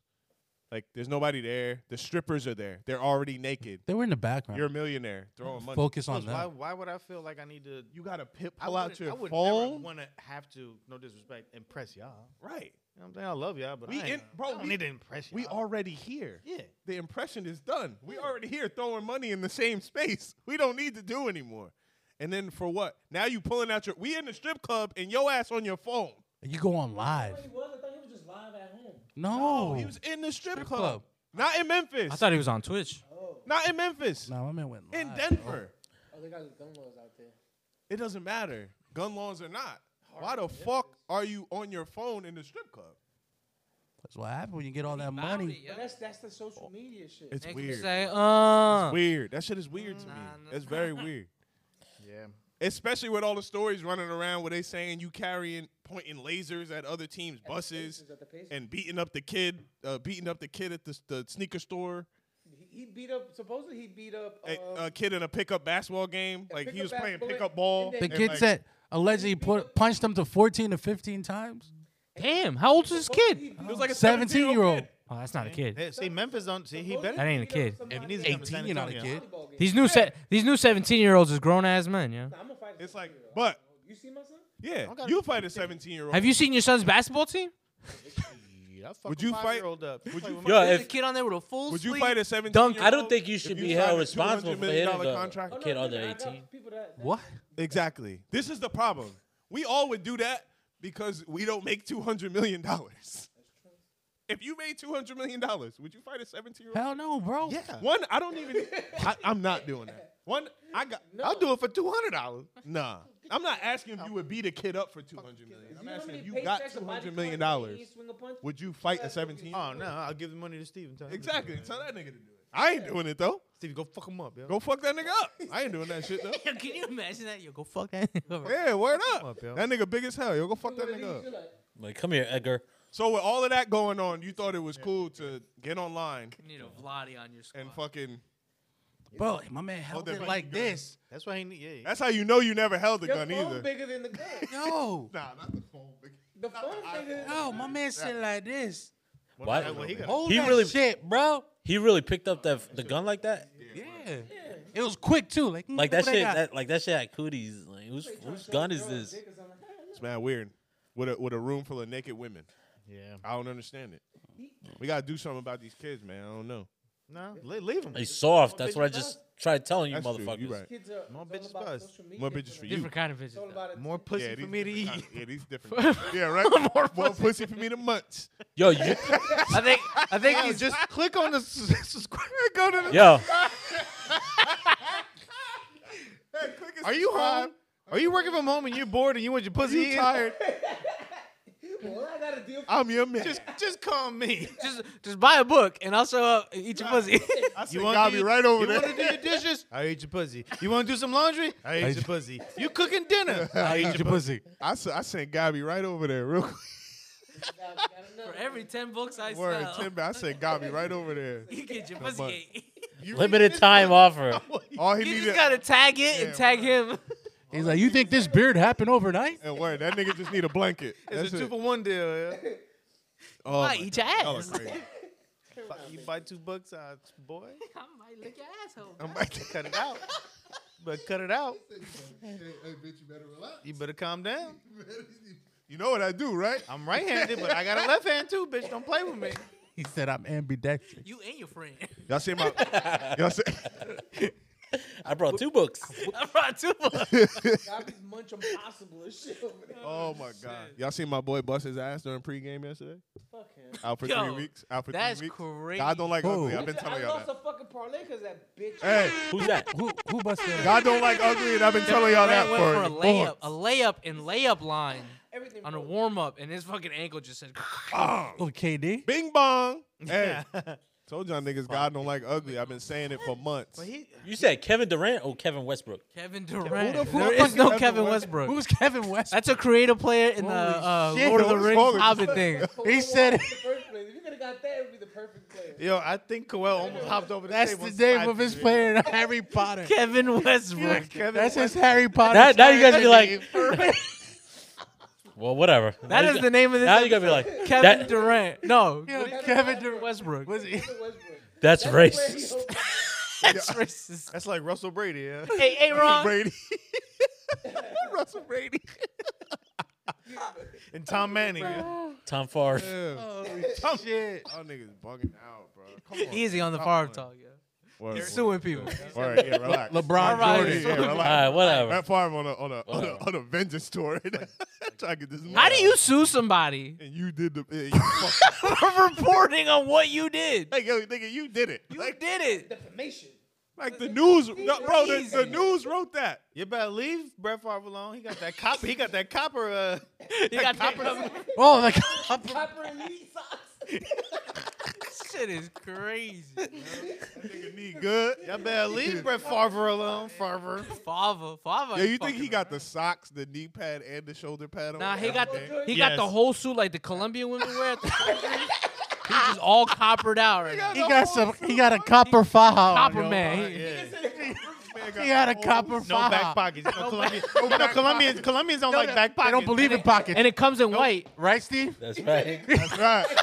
Like there's nobody there. The strippers are there. They're already naked. They were in the background. You're a millionaire throwing money. Focus Plus, on why, that. why would I feel like I need to? You gotta pip, I pull out wouldn't- your I would phone. never want to have to. No disrespect, impress y'all. right. You know what I'm saying I love y'all, but We I ain't- in- bro, I don't we- need to impress y'all. We already here. Yeah. The impression is done. We already here throwing money in the same space. We don't need to do anymore. And then for what? Now you pulling out your. We in the strip club and your ass on your phone. You go on live. He was. I thought he was just live at home. No. he was in the strip, Oh. Strip club. club. not in Memphis. I thought he was on Twitch. not in Memphis. Nah, my man went live. in Denver. Oh, they got the gun laws out there. It doesn't matter, gun laws or not. Why the fuck are you on your phone in the strip club? That's what happened when you get all that money. But that's that's the social media shit. It's Make him weird. Say, uh, Weird. That shit is weird to me. nah. That's very weird. Yeah. Especially with all the stories running around where they saying you carrying pointing lasers at other teams' buses Pacers at the Pacers. and beating up the kid, uh, beating up the kid at the, the sneaker store, He- he beat up. Supposedly he beat up. a, um, a kid in a pickup basketball game. Like he pickup was playing basketball pickup and ball. then- The and, kid like, said allegedly put, punched him to 14 to 15 times. damn, how old is this supposedly he kid? beat It was up- like a 17 year old. Oh, that's not a kid. Hey, see, Memphis don't. See, he supposedly better. That ain't a he beat kid. up If he needs somebody to come to San 18, you're not a Antonio. kid. at a volleyball game. These new set, these new 17 year olds is grown ass men, yeah. Nah, I'm gonna fight. It's like, but You see my son? Yeah, I got you fight a 17 year old. Have you seen your son's basketball team? Yeah, I fuck Would a you fight- five-year-old up. Would you Yo, There's a if kid on there with a full Would you sleeve- fight a 17 dunk. year old? I don't think you should be held responsible for hitting the contract. kid under I 18. got people that, that What? Exactly. This is the problem. We all would do that because we don't make two hundred million dollars. If you made two hundred million dollars, would you fight a seventeen year old? Hell no, bro. Yeah, One, I don't even. I, I'm not doing that. One, I got. I'll do it for two hundred dollars. Nah, I'm not asking if you would beat a kid up for two hundred million. I'm You know how asking many if you paychecks got a two body hundred million punch and dollars. he swing a punch? Would you fight a seventeen? Oh no, I'll give the money to Steven. Tell him to do it. exactly. Tell that nigga to do it. I ain't doing it though. Steven, go fuck him up, yo. Go fuck that nigga up. I ain't doing that shit though. Yo, Can you imagine that? Yo, go fuck that. Yeah, word up. up, yo. that nigga big as hell. Yo, go fuck that Look nigga at these, up. you're like, Like, come here, Edgar. So with all of that going on, you thought it was cool to get online You need a Vladi on your squad. and fucking. Bro, my man held that it fucking like gun. this. That's why he need. Yeah, yeah. That's how you know you never held a Your gun phone either. bigger than the gun. No. Nah, not the phone. Big. The phone bigger than No, my man said like this. What? Well, he got Hold He that really- shit, bro. He really picked up that the gun like that. Yeah. It was quick too. Like, mm, Like look that what I shit. got. That, like that shit had cooties. Like, whose whose gun is this? It's mad weird. With a with a room full of naked women. Yeah. I don't understand it. We gotta do something about these kids, man. I don't know. No, le- leave him. They soft. That's what I just tried telling you, That's true. motherfuckers. You right. Kids are More it's bitches all about buzz. social media. More bitches for you. Different kind of bitches. It's all though. about More pussy yeah, for these me to eat. different kind- yeah, these different. yeah, right. More pussy. for me to munch. Yo, you, I think I think Yo, he's just click on the s- subscribe. Go to the. yo, Are you home? Are you working from home and you're bored and you want your pussy You eaten? tired? Well, I got a deal for I'm your man. Just, just call me. just just buy a book and also uh, eat your pussy. I said, You you wanna I'll do be your- right over You want to there. do your dishes? I eat your pussy. You want to do some laundry? I eat your pussy. You cooking dinner? I eat your pussy. I said, I sent Gabby right over there real quick. that. I got another. For every ten books I Word, sell, Timber. I said Gabby right over there. Oh. you get your on. pussy ate. You limited time offer. All he You needed. just gotta tag it Yeah, and tag him. He's like, you think this beard happened overnight? and word, that nigga just need a blanket. It's That's a two it. for one deal. Yeah. Oh, I my eat your God, ass. that was crazy. You buy two bucks, uh, boy. I might lick your asshole. I'm like, Cut it out. But cut it out. You better calm down. you know what I do, right? I'm right-handed, but I got a left hand too, bitch. Don't play with me. He said, I'm ambidextrous. You and your friend. Y'all see my. y'all see, I brought two books. I brought two books. I just munch impossible and shit over there. oh my god! Y'all see my boy bust his ass during pregame yesterday? Fuck him. Out for Yo, three weeks. Out for that's three weeks. crazy. God don't like ugly. Whoa. I've been I telling y'all lost that. Eh? a fucking parlay because that bitch. Hey, Who's that? Who who busted? it? God don't like ugly, and I've been telling y'all that Brad went for a for. layup, a layup and layup line Everything on a broke. warm up, and his fucking ankle just said. Oh, KD. Bing bong. Hey, told y'all niggas, God don't like ugly. I've been saying it for months. You said Kevin Durant or Kevin Westbrook? Kevin Durant. the fuck there is is no Kevin Kevin Westbrook? Westbrook. Who's Kevin West? That's a creative player in the uh, shit, Lord of the what's Rings wrong with Hobbit thing. He said In the first place, if you could have got that, it would be the perfect player. Yo, I think Coel almost hopped over the that's table. the and name slapped of his you. player in Harry Potter. Kevin Westbrook. Kevin That's his West- Harry Potter. Now, now you player. guys be like, well, whatever. That is the name of this. Now you gotta be episode. like, Kevin that, Durant. No, Yeah, Kevin Durant. Westbrook. Westbrook. that's Where he racist. opened That's racist. That's like Russell Brady. Yeah. Hey, hey, Ron. Brady. Russell Brady. and Tom Manning. yeah. Tom Favre. Tom shit. Y'all niggas bugging out, bro. Come on. Easy on the Oh, Favre talk. Yeah. Word, He's suing people. All right, yeah, relax. LeBron All right. Jordan. Yeah, yeah, All relax. right, whatever. Matt Favre on a on a, on Whatever. a on a vengeance tour. Try to get this. How money. do you sue somebody And you did the. Yeah, you fuck- for reporting on what you did? like, yo, nigga, you did it. You like, did it. Defamation. like the news, no, bro. The, the Easy. news wrote that. You better leave Brett Favre alone. He got that copper. He got that copper. Uh, You got Oh, like Copper elite socks. This shit is crazy. Nigga knee good. y'all better leave Brett Favre alone. Favre. Fava, Fava. Yeah, you think he got the socks, the knee pad, and the shoulder pad on? Nah, he got the, he got the Yes. whole suit like the Colombian women wear at the surgery. He's just all coppered out right now. he got some. He got a copper foul. Copper yo. man. He- Yeah. He got a copper No foul. back pockets. No, Colombians. No, Colombians. Colombians don't like back pockets. They don't believe in pockets, And it comes in white. right, Steve? That's right. That's right.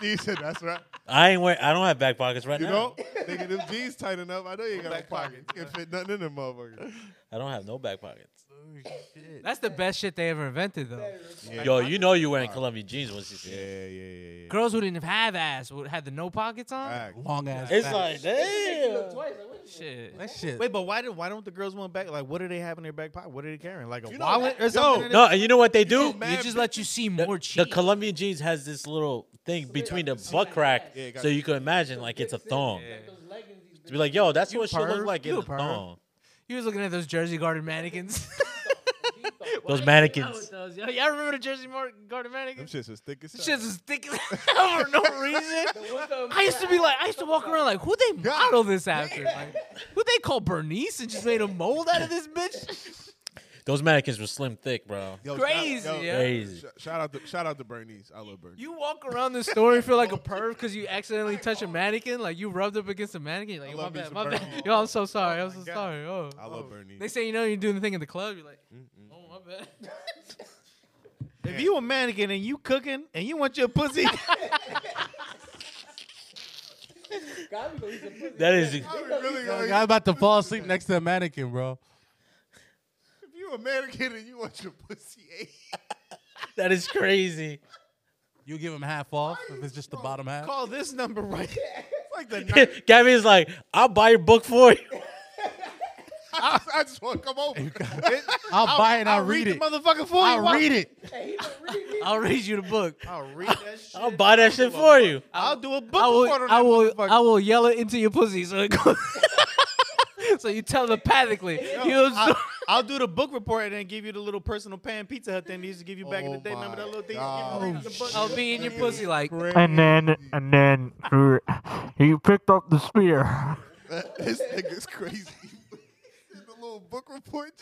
He said, "That's right." I ain't wear. I don't have back pockets right You now. know, nigga, them jeans tight enough. I know you ain't got no Back pockets. You can fit nothing in them motherfuckers. I don't have no back pockets. That's the best shit they ever invented, though. Yo, you know you wearing Columbia jeans once you see Yeah, it. yeah, yeah, yeah. Girls who didn't have ass would had the no pockets on. Fact. Long ass. It's back. like, damn. Twice. Like, what the Shit. that shit. Wait, but why do why don't the girls want back? Like, what do they have in their back pocket? What are they carrying? Like a You know wallet that- or yo, something? in No, and you know what they do? It just let you see The, more the cheeks. Colombian jeans has this little thing between the butt crack, Yeah, it got- so you can imagine like it's a thong. f- Those leggings. These To be like, yo, that's You what she perv. look like in You a a perv. thong. you was looking at those Jersey Garden mannequins. Those I mannequins. with those. Yo, y'all remember the Jersey Mar- Garden Them mannequins? shits is thick as This hell. shit's as thick as for no reason. with them- I used to be like, I used to walk around like, who they model this after? Like, who they call Bernice and just made a mold out of this bitch? Those mannequins were slim thick, bro. Yo, Crazy, Shout, yeah. Crazy. sh- shout out to shout out to Bernice. I love Bernice. You walk around the store and feel like a perv because you accidentally touch a mannequin, like you rubbed up against a mannequin. You're Like, I my love me bad, some my bad. Bernice. Yo, I'm so sorry. I'm so God. sorry. Oh. I love Bernice. They say you know you're doing the thing in the club. You're like, oh my bad. there? If you a mannequin and you cooking and you want your pussy, guys be going, "He's a pussy." That is I was really Yo, gonna- I'm about to fall asleep next to a mannequin, bro. if you a mannequin and you want your pussy ate, that is crazy. You give him half off if it's just the bottom half. call this number right. it's like the night. Gabby's like, I'll buy your book for you. I, I just want to come over. I'll, buy it. and I'll, read, the it. motherfucker for you. I'll read it. Hey, he don't read me. I'll read you the book. I'll read that shit. I'll buy that shit for you. I'll do a book I will, report on I that will, motherfucker. I will yell it into your pussy so it goes. so you telepathically. You absorb- I'll do the book report and then give you the little personal pan pizza hut thing they used to give you back in the Oh day. Remember that my little thing? God. You give you the book? I'll be in your pussy like. And then, and then you- you picked up the spear. this nigga's crazy. the little book report.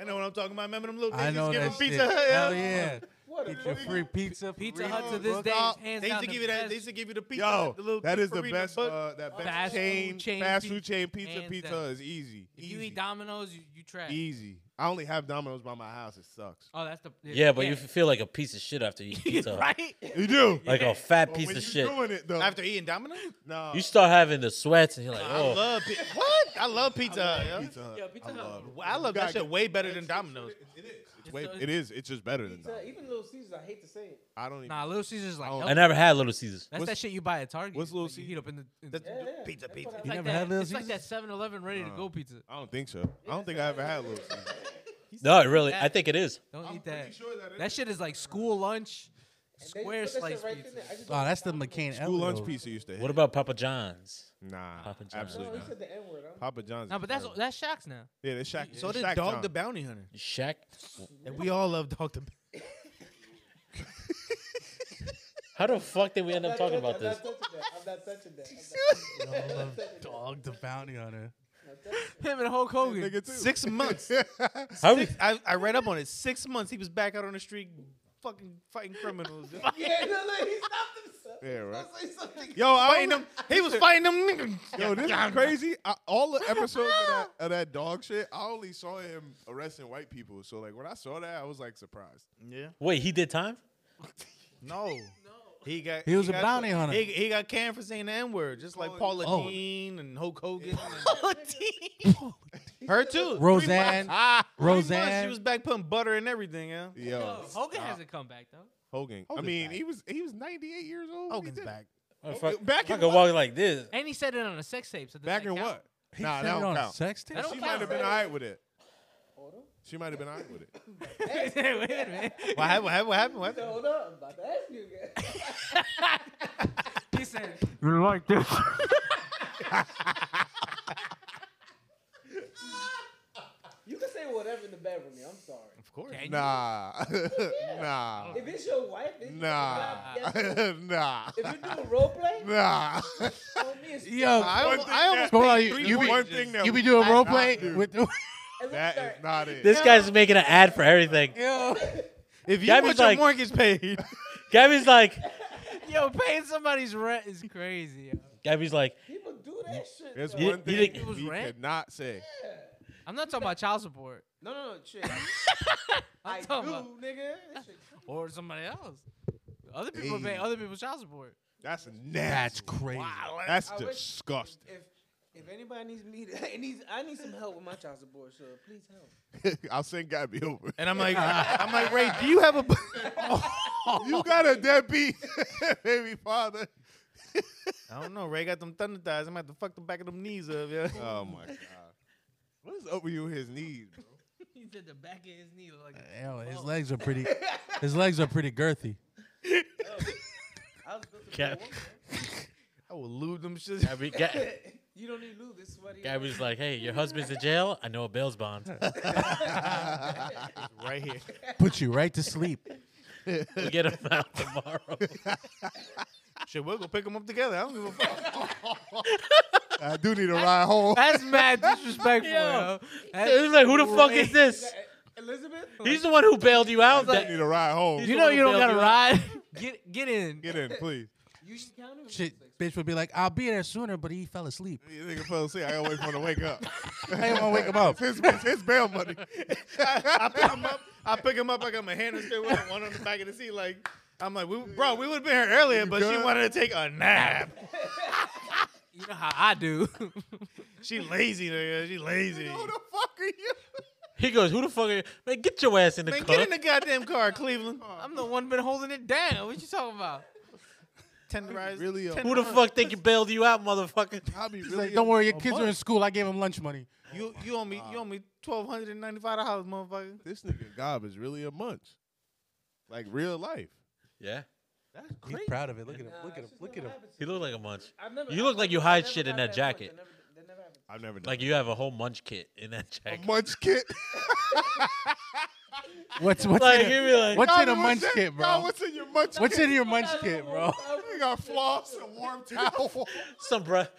I know what I'm talking about. Remember them little things I you know used to that give shit. them pizza hut? Hell yeah. What a Get your nigga. free pizza. Pizza free Hut to book. this day is hands They used down to the give you that. They best. used to give you the pizza. Yo, the little that is for the reading best. book. uh, that best Fast food chain, chain fast pizza. food chain pizza. Hands Pizza down. is easy. If easy. E you eat Domino's, you, you trash. easy. I only have Domino's by my house. It sucks. Oh, that's the. Yeah, but you feel like a piece of shit after you eat pizza. right? You do. Like a fat But piece when of you shit. Doing it though. After eating Domino's? no. You start having the sweats and you're like, I oh, love pi- what? I love Pizza Hut. yo. Pizza Hut. Yeah, Pizza I Hut. love it. I love You that gotta shit get- way better than Domino's. It is. It's way, it is. It's just better than Pizza, Domino's. even Little Caesars, I hate to say it. I don't even. Nah, Little Caesars I like. don't- I never had Little Caesars. That's What's- that shit you buy at Target. what's Little like, you heat up in the. In That's it's Yeah, yeah. Pizza, That's pizza. what I You like like. never that, had Little it's like that Caesars? 7-Eleven ready to Uh-huh. go pizza. I don't think so. I don't think I ever had Little Caesars. No, it really, I think it is. Don't I'm eat that. pretty sure that it That is. shit is like school lunch, They just square put that shit slice right in pizza. there. I just Oh, don't- that's the I don't know. McCain School lunch Elmo. pizza used to hit. What about Papa John's? Nah, Papa John's? absolutely No, he not. said the N word. I'm Papa John's. No, is but that's terrible. that's Shaq's now. yeah. That's Shaq. So that's did Shaq Dog Town. the Bounty Hunter. Shaq? And we all love Dog the Bounty How the fuck did we end up talking about I'm this? not touching that. I'm not touching that. I'm not I love Dog the Bounty Hunter. Him and Hulk Hogan. Nigga, too. Six months. How Six- I, I read up on it. Six months he was back out on the street fucking fighting criminals. yo. Yeah, no, no, he stopped himself. Yeah, right. Say something. Yo, I fighting was- them. He was fighting them niggas. Yo, this is crazy. I, all the episodes of that, of that dog shit, I only saw him arresting white people. So like when I saw that, I was like surprised. Yeah. Wait, he did time? No. No. He got. He was a got- bounty hunter. He, he got canned for saying the N word, just like Paula Oh. Dean and Hulk Hogan. Her too. Roseanne. Ah, Roseanne. She was back putting butter and everything. Yeah. Yo, Hogan hasn't come back though. Hogan. I Hogan's mean, back. he was he was 98 years old. when he Hogan's did it. back. Oh, fuck, back I in could what? walk like this. And he said it on a sex tape. So does Back that in count? what? He nah, said that it don't on count. sex tape? That don't She might count. have been all right with it. She might have been all right with it. Wait a minute. What happened? What happened? What happened? What happened? Hold up, I'm about to ask you again. He said, You like this? You can say whatever in the bedroom, yeah, I'm sorry. Of course. Can you? Nah, nah, If it's your wife, it's nah, Your wife, yes. nah, If you're doing role play, nah. on me it's Yo, One I, almost, thing I almost that- Hold on, paid you- three you One be- points thing just- that you be doing role Nah, play dude. with. and let's that start. is not it. This guy's making an ad for everything. Yo. If you Gabby's want like- your mortgage paid, Gabby's like, "Yo, paying somebody's rent is crazy." Yo. Gabby's like, People do that shit. There's though. You- one you thing think- It was we rent? cannot say. I'm not talking about child support No, no, no, shit. I do, talking about- nigga. That shit- or somebody else. Other people pay Hey. other people's child support. That's nasty. That's crazy. That's I wish- disgusting. If If anybody needs me, to, it needs I need some help with my child support, so please help. I'll send Gabby over. And I'm like, I'm like, Ray, do you have a? you got a deadbeat baby father. I don't know. Ray got them thunder thighs. I'm gonna have to fuck the back of them knees up. Yeah. Oh my god. What is up with you with his knees, bro? He said the back of his knee was like Hell, his legs are pretty. His legs are pretty girthy. I was built to be a Cap- woman. I will lube them shit. Gabby, Ga- You don't need lube. This sweaty. Gabby's like, hey, your husband's in jail. I know a bail's bond. right here. Put you right to sleep. We get him out tomorrow. Shit, we'll go pick them up together. I don't give a fuck. I do need a ride home. That's mad disrespectful, Yo. yo. It was That's- like, who the fuck is this? Elizabeth. He's the one who bailed you out. I need a ride home. you know you don't gotta Bailed you out. ride. Get get in. Get in, please. you should count him. Shit, bitch would be like, "I'll be there sooner," but he fell asleep. You nigga fell asleep. I gotta wait for him to wake up. I didn't want to wake him up. It's his, it's his bail money. I pick them up. I pick them up. I got my hand on the steering wheel, one on the back of the seat. Like, I'm like, we, bro, we would have been here earlier, but she good? wanted to take a nap. You know how I do. She lazy, nigga. She lazy. Who the fuck are you? He goes, who the fuck are you? Man, get your ass in the Man, car. get in the goddamn car, Cleveland. I'm the one been holding it down. What you talking about? Tenderize. Really? A, who the fuck think you bailed you out, motherfucker? I'll be really. He's like, "Don't worry, your kids are in school. I gave him lunch money." You you owe me you owe me twelve hundred and ninety five dollars, motherfucker. This nigga Gob is really a munch. Like real life. Yeah. That's He's crazy. proud of it. Look at him. Look at him. Look at him. He looked like a munch. I've never, You look like you I've hide never shit in got that punch. jacket. That never- that never happened. I've never done Like you have a whole munch kit in that that. jacket. a munch kit. What's what's Like, in he'd a, be like, what's in a Gob, munch that- Gob, kit, bro? what's in your munch What's kit? in your munch kit, bro? You got floss and warm towel. some breath,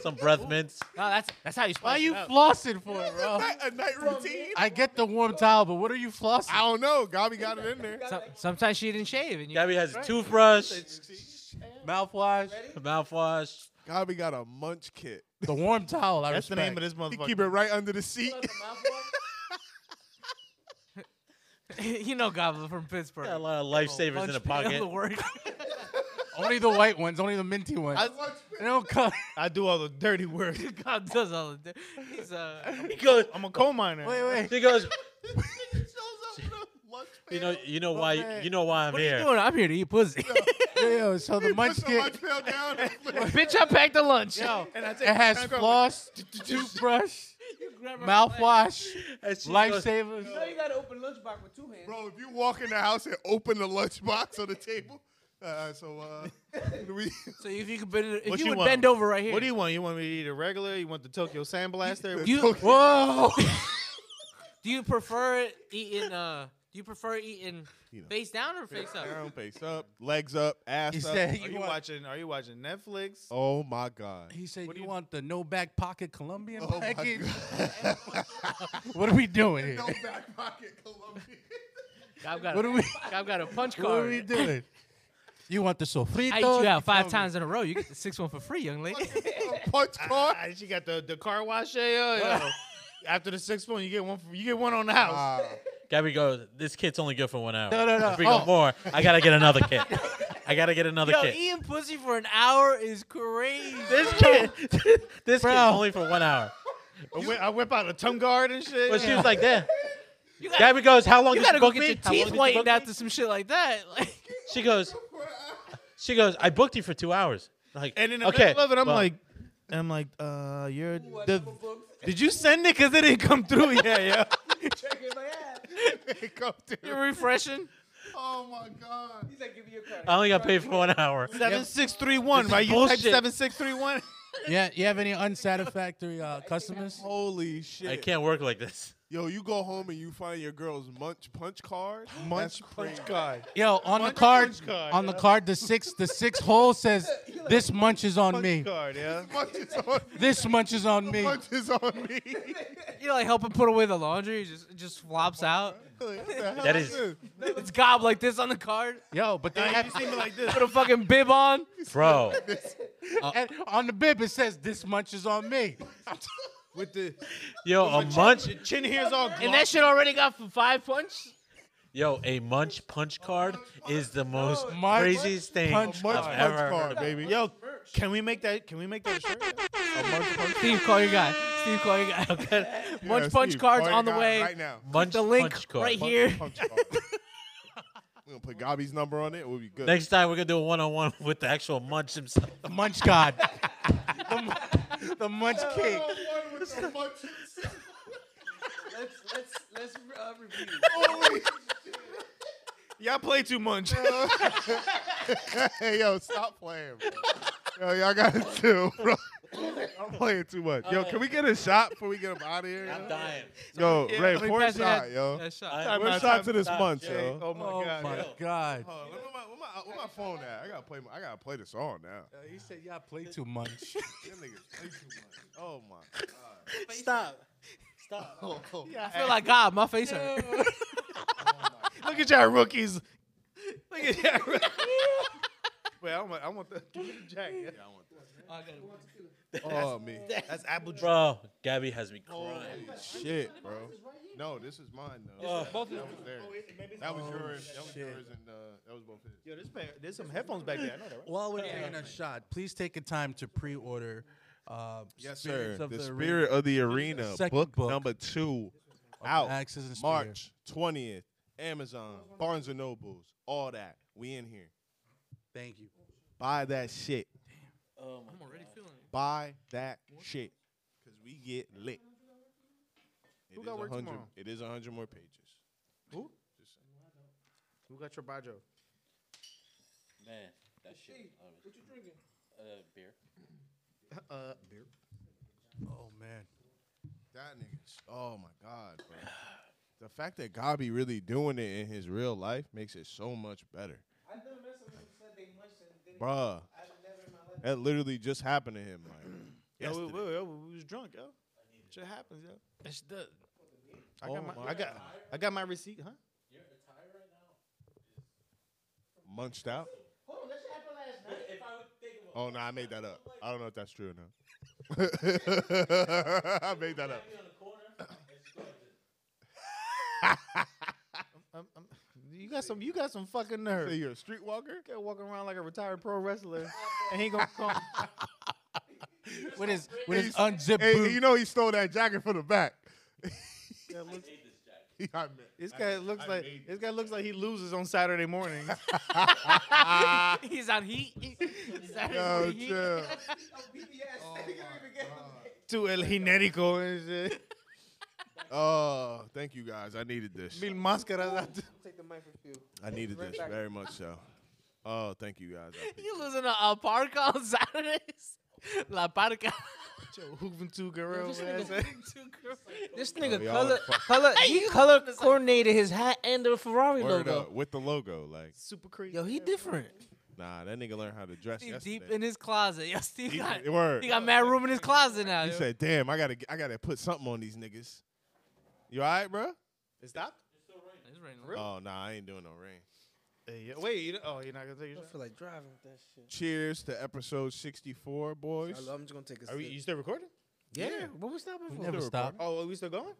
some breath mints. No, that's that's how you Why spice are it you up. flossing for, bro? a night routine. I get the warm towel, but what are you flossing? I don't know. Gobby got it in there. Some- sometimes she didn't shave and you Gabby has a toothbrush, Mouthwash, mouthwash. Gobby got a munch kit. the warm towel. I That's the name of respect. this He motherfucker. keep it right under the seat. you know Goblin from Pittsburgh. Got a lot of lifesavers in the Lunch pocket. pail to work. Only the white ones. Only the minty ones. they don't come. I do all the dirty work. God does all of that. He's uh, He goes. I'm a coal miner. Wait, wait. He goes. Lunch You know. You know why. man. You know why I'm what are you here. doing? I'm here to eat pussy. Yo, yo, so the munch kit, fell down. Bitch, I packed the lunch. yo, And I take it has I'm going- floss, toothbrush, mouthwash, And she goes, lifesavers. No, you gotta open lunchbox with two hands. Bro, Oh, if you walk in the house and open the lunchbox on the table, uh, so uh, we So if you could bend, if What you, you would want? bend over right here. What do you want? You want me to eat a regular? You want the Tokyo Sandblaster? You- Whoa! Do you prefer it eating? Uh, do you prefer eating You know. face down or face up? down, face up, legs up, ass He up. said, Are "You you want?" watching? Are you watching Netflix? oh my god. He said, What do "You you- want the no back pocket Colombian Oh my package?" god. What are we doing here? no back pocket Colombian. I've got. What a, are we? I've got a punch What are we card. doing? You want the sofrito? I eat you out five Colombian. times in a row. You get the sixth one for free, young lady. A punch card. Ah, she got the, the car wash. Yeah, yeah, yeah. After the sixth one, you get one. For, you get one on the house. Ah, Gabby goes. This kit's only good for one hour. No, no, no. If we go Oh. more, I gotta get another kit. I gotta get another Yo, kit. eating pussy for an hour is crazy. This kit. this kit's Bro. only for one hour. I, whip, I whip out a tongue guard and shit. But she was like, "There." You gotta, Gabby goes, "How long you did gotta you go book get it? your to? How long did teeth you whitened book it after some shit like that. Like, to?" She goes, "She goes, I booked you for two hours." Like, and in the okay, middle of it, I'm well, like, I'm like, uh, you're What the. number books? Did you send it? Cause it didn't come through yet. Yeah. Check in my ass. come through. you're refreshing. Oh my god. He's like, give me your card. I only got paid for one hour. Seven six three one, right? You bullshit. type seven six three one. Yeah, you have any unsatisfactory uh, customers? Holy shit. I can't work like this. Yo, you go home and you find your girl's munch punch card. Munch punch card. Yo, on the Munch- card, munch card, on the yeah. card, the six, the six hole says, "This munch is on me. Punch card. Yeah. Munch is on This munch is on me." Munch is on me. You know, like helping put away the laundry. It just it just flops out. What the hell That is- this? It's gob like this on the card. Yo, but they Now, have you see me like this. Put a fucking bib on. Bro, Uh, and on the bib. It says, "This munch is on me." With the yo, a munch, your chin here's all And that shit already got for five punch. yo, a munch punch card is the most Munch craziest thing punch I've Munch card. punch ever. card, baby. Yo, can we make that? Can we make that a shirt? Steve, call your guy. Steve, call your guy. Munch Yeah, punch Steve, call cards your on the guy way. Right now. Munch, the link punch card. right here. Punch card. We're going to put Gabi's number on it. We'll be good. Next time we're gonna do a one-on-one with the actual Munch himself. The munch god. the, mu- the munch king. Let's let's let's uh, review. Y'all play too much. hey, yo, stop playing, bro. Yo, y'all got to chill, bro. I'm playing too much. Yo, can we get a shot before we get him out of here? I'm dying. Yo, Yeah, Ray, let me pour a Pass it shot, that- yo. that shot. I- Pour a out, shot time to this out. munch, Yeah. yo. oh my Oh god. my yeah. God. Hold on, where my, where my, where my phone at? I gotta play. My, I gotta play the song now. He said, "Yeah, play too much." Them niggas play too much. Oh my. Stop. Stop. I feel like God. My face hurt. Look at y'all rookies. Look at y'all rookies. Wait, I want, I want the, give me the jack. Yeah. Oh me. That's apple juice. Bro, Gabby has me crying. Shit, bro. No, this is mine though. Oh. that was theirs. That was yours. That was yours, and uh, that was both his. Yo, this pair, there's some headphones back there. I know that, right? While we're taking a shot, please take the time to pre-order. Uh, Spirits The, of the, Spirit of the Arena, Second book, book. number two, out Axis and Spear. March twentieth. Amazon, Barnes and Nobles, all that. We in here. Thank you. Buy that shit. I'm already feeling it. Buy that shit. Cause we get lit. It Who is got work 100 tomorrow? It is hundred more pages. Who? Who got your bajo? Man, that shit. What you drinking? Uh, beer. Uh, beer. Oh man. That niggas. Oh my god, bro. The fact that Gabi really doing it in his real life makes it so much better. I've never met someone who said they munched and didn't. Bruh, I've never in my life. that literally just happened to him. Like, Yo, we, yesterday. we, yo, we was drunk, yo. Shit happens, yo. That's the- I Oh got my, my I got, I got my receipt, huh? Munched out? Hold on, that shit happened last night. Oh, no, I made that up. I don't know if that's true or not. I made that up. I'm, I'm, you got some, you got some fucking nerve. Say you're a streetwalker? You're walking around like a retired pro wrestler, and he gonna come. With his with his He's- unzipped Hey, boot. you know he stole that jacket from the back. Yeah, looks- I mean, this guy looks I like made this guy looks like he loses on Saturday morning. He's on heat. He's on yo, heat. chill. BBS. you don't even get it. to El Generico and shit. Oh, thank you guys. I needed this. Mil máscaras out. Take the mic from Phil. I needed this very much so. Oh, thank you guys. I You losing a, a parka on Saturdays? La parka. Yo, Juventud Guerrero. This ass. nigga, This Oh, nigga y'all color, are fuck- color, he color coordinated his hat and the Ferrari Word logo. up with the logo, like Super crazy. Yo, he different. nah, that nigga learned how to dress. Steve yesterday. deep in his closet. Yo, Steve He- got, word. he got mad room in his closet now. He yo. said, "Damn, I gotta, get- I gotta put something on these niggas." You all right, bro? It stopped? It's raining. Oh nah, I ain't doing no rain. Hey, yo, wait, you don't- oh, you're not gonna take your shot? like driving with that shit. Cheers to episode sixty-four, boys. I'm just gonna take a Are we, you still recording? yeah. what we stopping for? Never Still stop. Oh, are we still going?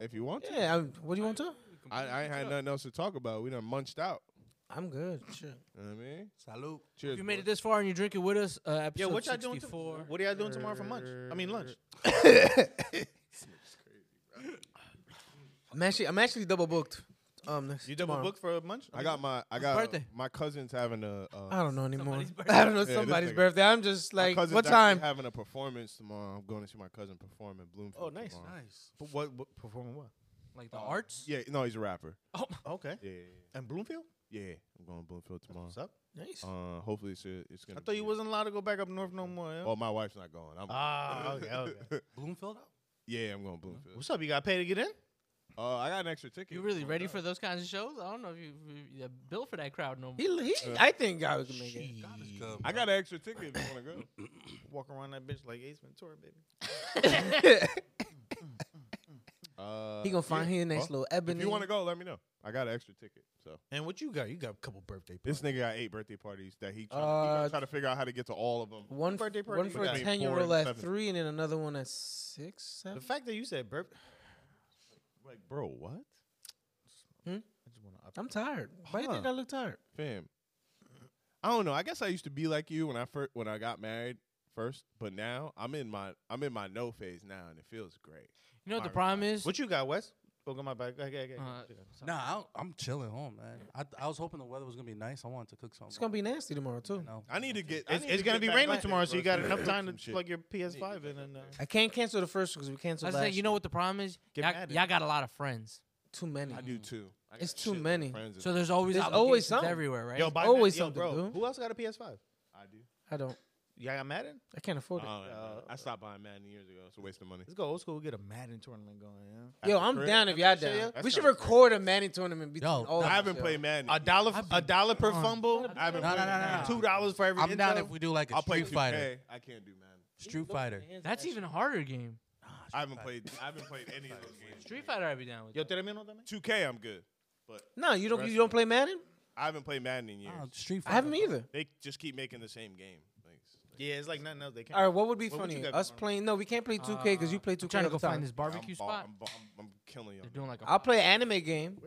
if you want to, Yeah, I'm, what do you want to? I, I ain't had nothing else to talk about. We done munched out. I'm good. Shit. You know what I mean, Salute. cheers. If you made boys. it this far and you drink it with us, uh, episode Yo, what y'all doing? 64. To, what are y'all doing tomorrow for lunch? I mean lunch. I'm actually, I'm actually double booked. Um, next You double tomorrow. booked for lunch? I got my, I got birthday? my cousin's having a. Uh, I don't know anymore. Somebody's birthday. I don't know this somebody's nigga. birthday. I'm just my like, cousin's what actually time? Having a performance tomorrow. I'm going to see my cousin perform in Bloomfield. Oh, nice, tomorrow. Nice. But what, what performing what? Like the arts? Yeah, no, he's a rapper. Okay. Yeah, And Bloomfield? yeah, yeah. I'm going to Bloomfield tomorrow. What's up? Nice. Uh, hopefully it's a, it's gonna. I thought be you a- wasn't allowed to go back up north no more. Yeah? Well, my wife's not going. I'm, Ah, okay, okay. Bloomfield out. yeah, I'm going to Bloomfield. What's up? You got paid to get in? Uh, I got an extra ticket. You really Oh, ready no. for those kinds of shows? I don't know if you, you you built for that crowd no more. He, he, I think I can make it. God is good. I got an extra ticket if you want to go. Walk around that bitch like Ace Ventura, baby. Uh, He gonna find yeah. his next Well, little ebony. If you want to go, let me know. I got an extra ticket. So And what you got? You got a couple birthday this parties. nigga got eight birthday parties that he trying, Uh, to figure out how to get to all of them. one, f- birthday one party for we a got? ten year Four old and at seven. three, and then another one at six, seven. The fact that you said birth, Like, bro, what? I just want to I'm tired. Why you think Huh. I look tired? Fam. I don't know. I guess I used to be like you when I first when I got married. first, but now I'm in my I'm in my no phase now, and it feels great. You know what the Alright. problem is? What you got, Wes? Oh, go my back. Okay, okay, okay. Uh, Nah, I, am chilling home, man. I, th- I was hoping the weather was gonna be nice. I wanted to cook something. It's gonna be nasty tomorrow too. No. I need to get. I it's need it's to gonna get be back raining out tomorrow, there, so you bro, got to enough cook time to some shit. plug your PS5 in. And, uh, I can't cancel the first because we canceled I last. said, you know what the problem is? Get Y'all, mad at y'all got a lot of friends, too many. I do too. I It's got too shitload of many. friends and- so there's always There's always obligations something. Oh, everyywhere, right? yo, by now- always yo, something, bro. dude. Who else got a PS5? I do. I don't. Y'all got Madden? I can't afford it. Oh, yeah, man. Uh, I stopped buying Madden years ago. It's a waste of money. Let's go old school. Get a Madden tournament going. Yeah. At Yo, the I'm crib. down if y'all shit, yeah. down. We That's should kinda record a Manny tournament between Yo, all. I of I us, haven't yo. played Madden. A dollar, f- a dollar per on. fumble. I haven't No, played no, no, Madden. no, no. Two dollars for every. I'm info. down if we do like a I'll play Street Fighter. 2K. I can't do Madden. Street Fighter. That's even a harder game. I haven't played. I haven't played any of those games. Street Fighter, I'd be down with. Yo, termino también. 2K, I'm good. No, you don't. You don't play Madden. I haven't played Madden in years. Nah, Street Fighter. I haven't either. They just keep making the same game. Like, it's- Yeah, it's like nothing else. They can't. All right, what would be What would you funny? got Us going on? playing? No, we can't play 2K because you play 2K. I'm trying to all go the time. find this barbecue I'm, ball- spot. I'm, ball- I'm, I'm killing y'all. They're doing like a. I'll play an anime game.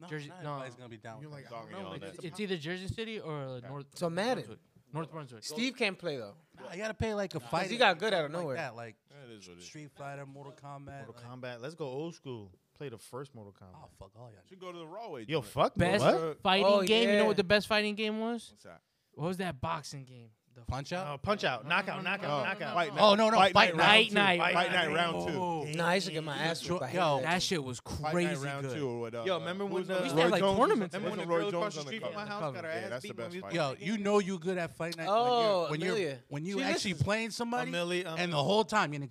No, Jersey- not no. everybody's gonna be down. You're with like, that. I don't Dogging know. y'all like, that. it's a It's either Jersey City or like North. So Madden. Brunswick. North Brunswick. Steve can't play though. Nah, you gotta pay like a fight. he got good out of like nowhere. That, like That is what it is. Street Fighter, Mortal Kombat. Mortal like- Kombat. Let's go old school. Play the first Mortal Oh Kombat. fuck all y'all. Should go to the raw way. Yo, joint. fuck Best What? fighting Oh, game. You know yeah. what the best fighting game was? What's that? What was that boxing game? The Punch Uh, out. punch out, knockout, knockout, Oh, knockout. Fight Oh no no! Fight Night round Night two. Night. Fight Night round two. Oh, Nah, I used to get my ass Yo, whipped. I hate yo, That shit was Fight crazy night round two good. or whatever. Yo, remember when, uh, We used to have, like, tournaments Remember when the Roy girl Jones across the on the street from my cover? house got her Yeah, ass that's the beat best when we fight. Yo, you know you good at fight night. Oh, when you're when you're Amelia. when you She actually listens. playing somebody, Amelia, um, and the whole time you. Yeah,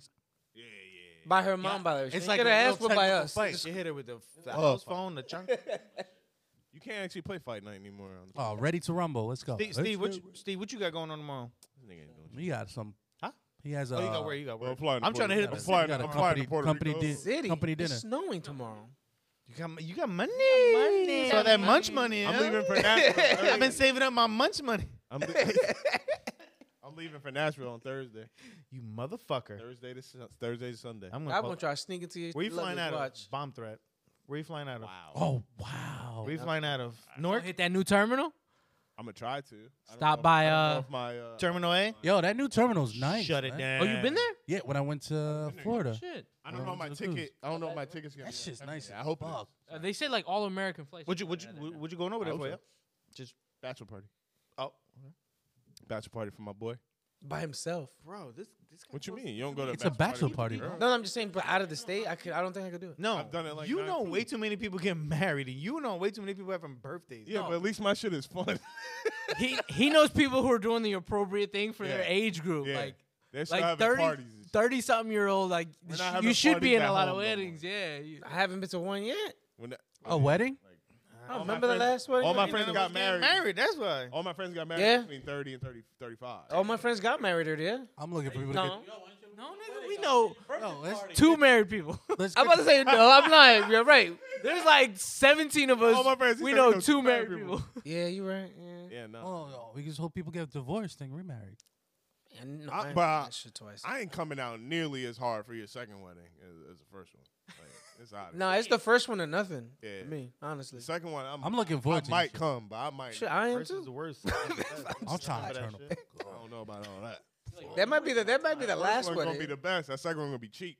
yeah. it. by her mom, by the way. She It's didn't like get a her ass real whipped by technical us. fight. She hit her with the, the Oh. house phone, the chunk. You can't actually play fight night anymore. On the Oh, ready to rumble. Let's go. Steve, Let's Steve, what go. you, Steve, what you got going on tomorrow? this nigga ain't doing shit. He got some. Huh? He has a. oh, you got where? You got Well, where? I'm flying to I'm trying Puerto to hit up Rico. a I'm fly. he got a I'm flying company, to Puerto company, Rico. di- City. company dinner. It's snowing tomorrow. You got, you got money. money. So that munch money. I'm huh? leaving for Nashville. I've been saving up my munch money. I'm, li- I'm leaving for Nashville on Thursday. You motherfucker. Thursday to Sun- Thursday to Sunday. I'm I'm gonna. gonna Call, try to sneak into your where you flying luggage out of? watch. Bomb threat. Where you flying out of? Oh wow! Where you flying out of? Or North hit that new terminal. I'm gonna try to I don't Stop know if- by, I don't know uh, if my, uh, Terminal A. Yo, that new terminal's nice. Shut it man. down. Oh, you been there? Yeah, when I went to Florida, Shit. I don't know if my Terminal two. ticket. I don't know if my ticket's gonna. that shit's nice. I hope it is. fuck. Uh, they said like all American flights. What you what you what you going over there I for? hope Yeah? so. Bachelor party. Oh, Bachelor party for my boy. by himself. bro, this this guy. What you mean? You don't go to. It's a bachelor party, with your bro. girl? No, I'm just saying, but out of the state, I could. I don't think I could do it. No, I've done it like you nine know times. way too many people get married, and you know way too many people having birthdays. Yeah, No. but at least my shit is fun. he he knows people who are doing the appropriate thing for their Yeah. age group. Yeah. Like They're still like having 30, parties. and shit. 30 something year old like We're sh- not having you should be parties in at a lot of home no more. weddings. Yeah. You, I haven't been to one yet. When the- A wedding? I don't remember the last one. all my Ain't friends none of got us married. getting Married, that's why. All my friends got married Yeah. between 30 and 30, 35. all my friends got married or yeah. I'm looking for people to No, no, Oh, nigga, we know get. No, let's, two married people. let's I'm get- about to say no. I'm lying. You're right. There's like seventeen of us. All my friends, he we said he know knows two married people. people. Yeah, you're right. Yeah. Yeah, no. Oh, no, we just hope people get divorced and remarried. And no, I- I, ain't but done I- that shit twice. I ain't coming out nearly as hard for your second wedding as, as the first one. Like, it's out. no, it's the first one or nothing. Yeah. To me, honestly. The second one, I'm, I'm looking forward I to might this come, but I might. Shit, I am First is too. the worst. I'm trying to turn shit. them. I don't know about all that. That might be the that might be the First last one's one. gonna be the best. That second one gonna be cheap.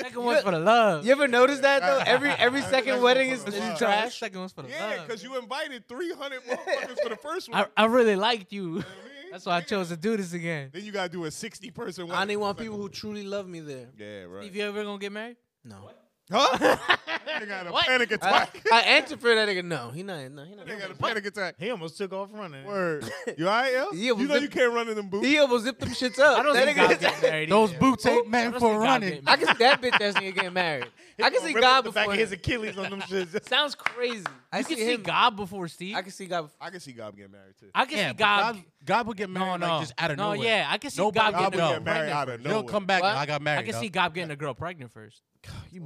Second one's for the love. You ever notice that though? Every every That's second what wedding I'm is, talking is about. trash. Second one's for the Yeah, love. because you invited 300 motherfuckers for the first one. I, I really liked you. You know what I mean? That's why I chose to do this again. Then you gotta do a 60 person wedding. I only want It's like- people who truly love me there. Yeah, If right. you ever gonna get married, No. They got a What? panic I, attack. I answered for that nigga. No, he not. No, he not. They got a panic attack. He almost took off running. Word. You all right, yo? Yeah, You but know the- you can't run in them boots. He almost zipped them shits up. I don't that think nigga God's getting married. Those either. boots ain't meant don't for think I'll get running. I can see that bitch ass nigga getting married. I can see God the before. back of his him. Achilles on them shits. Sounds crazy. I You can see see him. God before Steve. I can see God. Before. I can see Gob getting married too. I can Yeah, see but God. God, God would get married no, no, like just out of no, nowhere. yeah, I can see Nobody God Gob getting would no. a get girl married pregnant. out of They don't nowhere. come back. What? I got married. I can see though. God getting a girl pregnant first.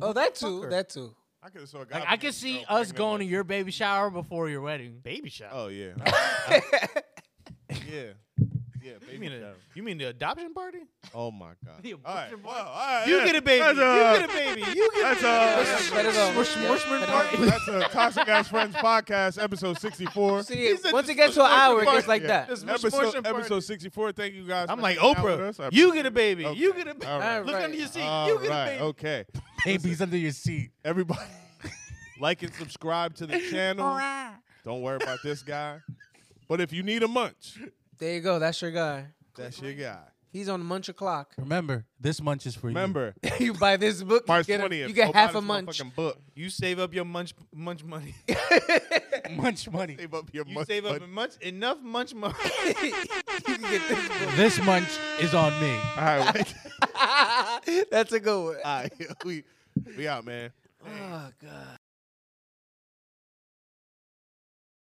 Oh, that too. That too. I could have saw. Like I can see us going to your baby shower before your wedding. Baby shower. Oh yeah. yeah. Yeah, baby You mean a, shower. you mean the adoption party? Oh my god. The All right. abortion Well, all right. You yeah. get a baby. You That's a- get a baby. You get That's a Let it go. Let it go. that's a toxic ass friends podcast episode sixty four. See, He said once this it gets to an was hour, it fucking gets like Yeah. that. This was abortion Episode, party. episode sixty four. Thank you guys. I'm for like hanging out with us. I Oprah. appreciate You get a baby. Okay. You get a baby. All right. Look under your seat. All you get right, a baby. Okay. Baby's under your seat. Everybody, like and subscribe to the channel. Don't worry about this guy. But if you need a munch, There you go. That's your guy. that's your guy. He's on the munch o'clock. Remember, this munch is for you. Remember, you buy this book, March you get, a- twentieth. you get half a munch. Book. You save up your munch munch money. munch money. Save up your You munch save up money. munch enough munch money. you can get this book. This munch is on me. All right, wait. That's a good one. all right. We we out, man. Oh, God.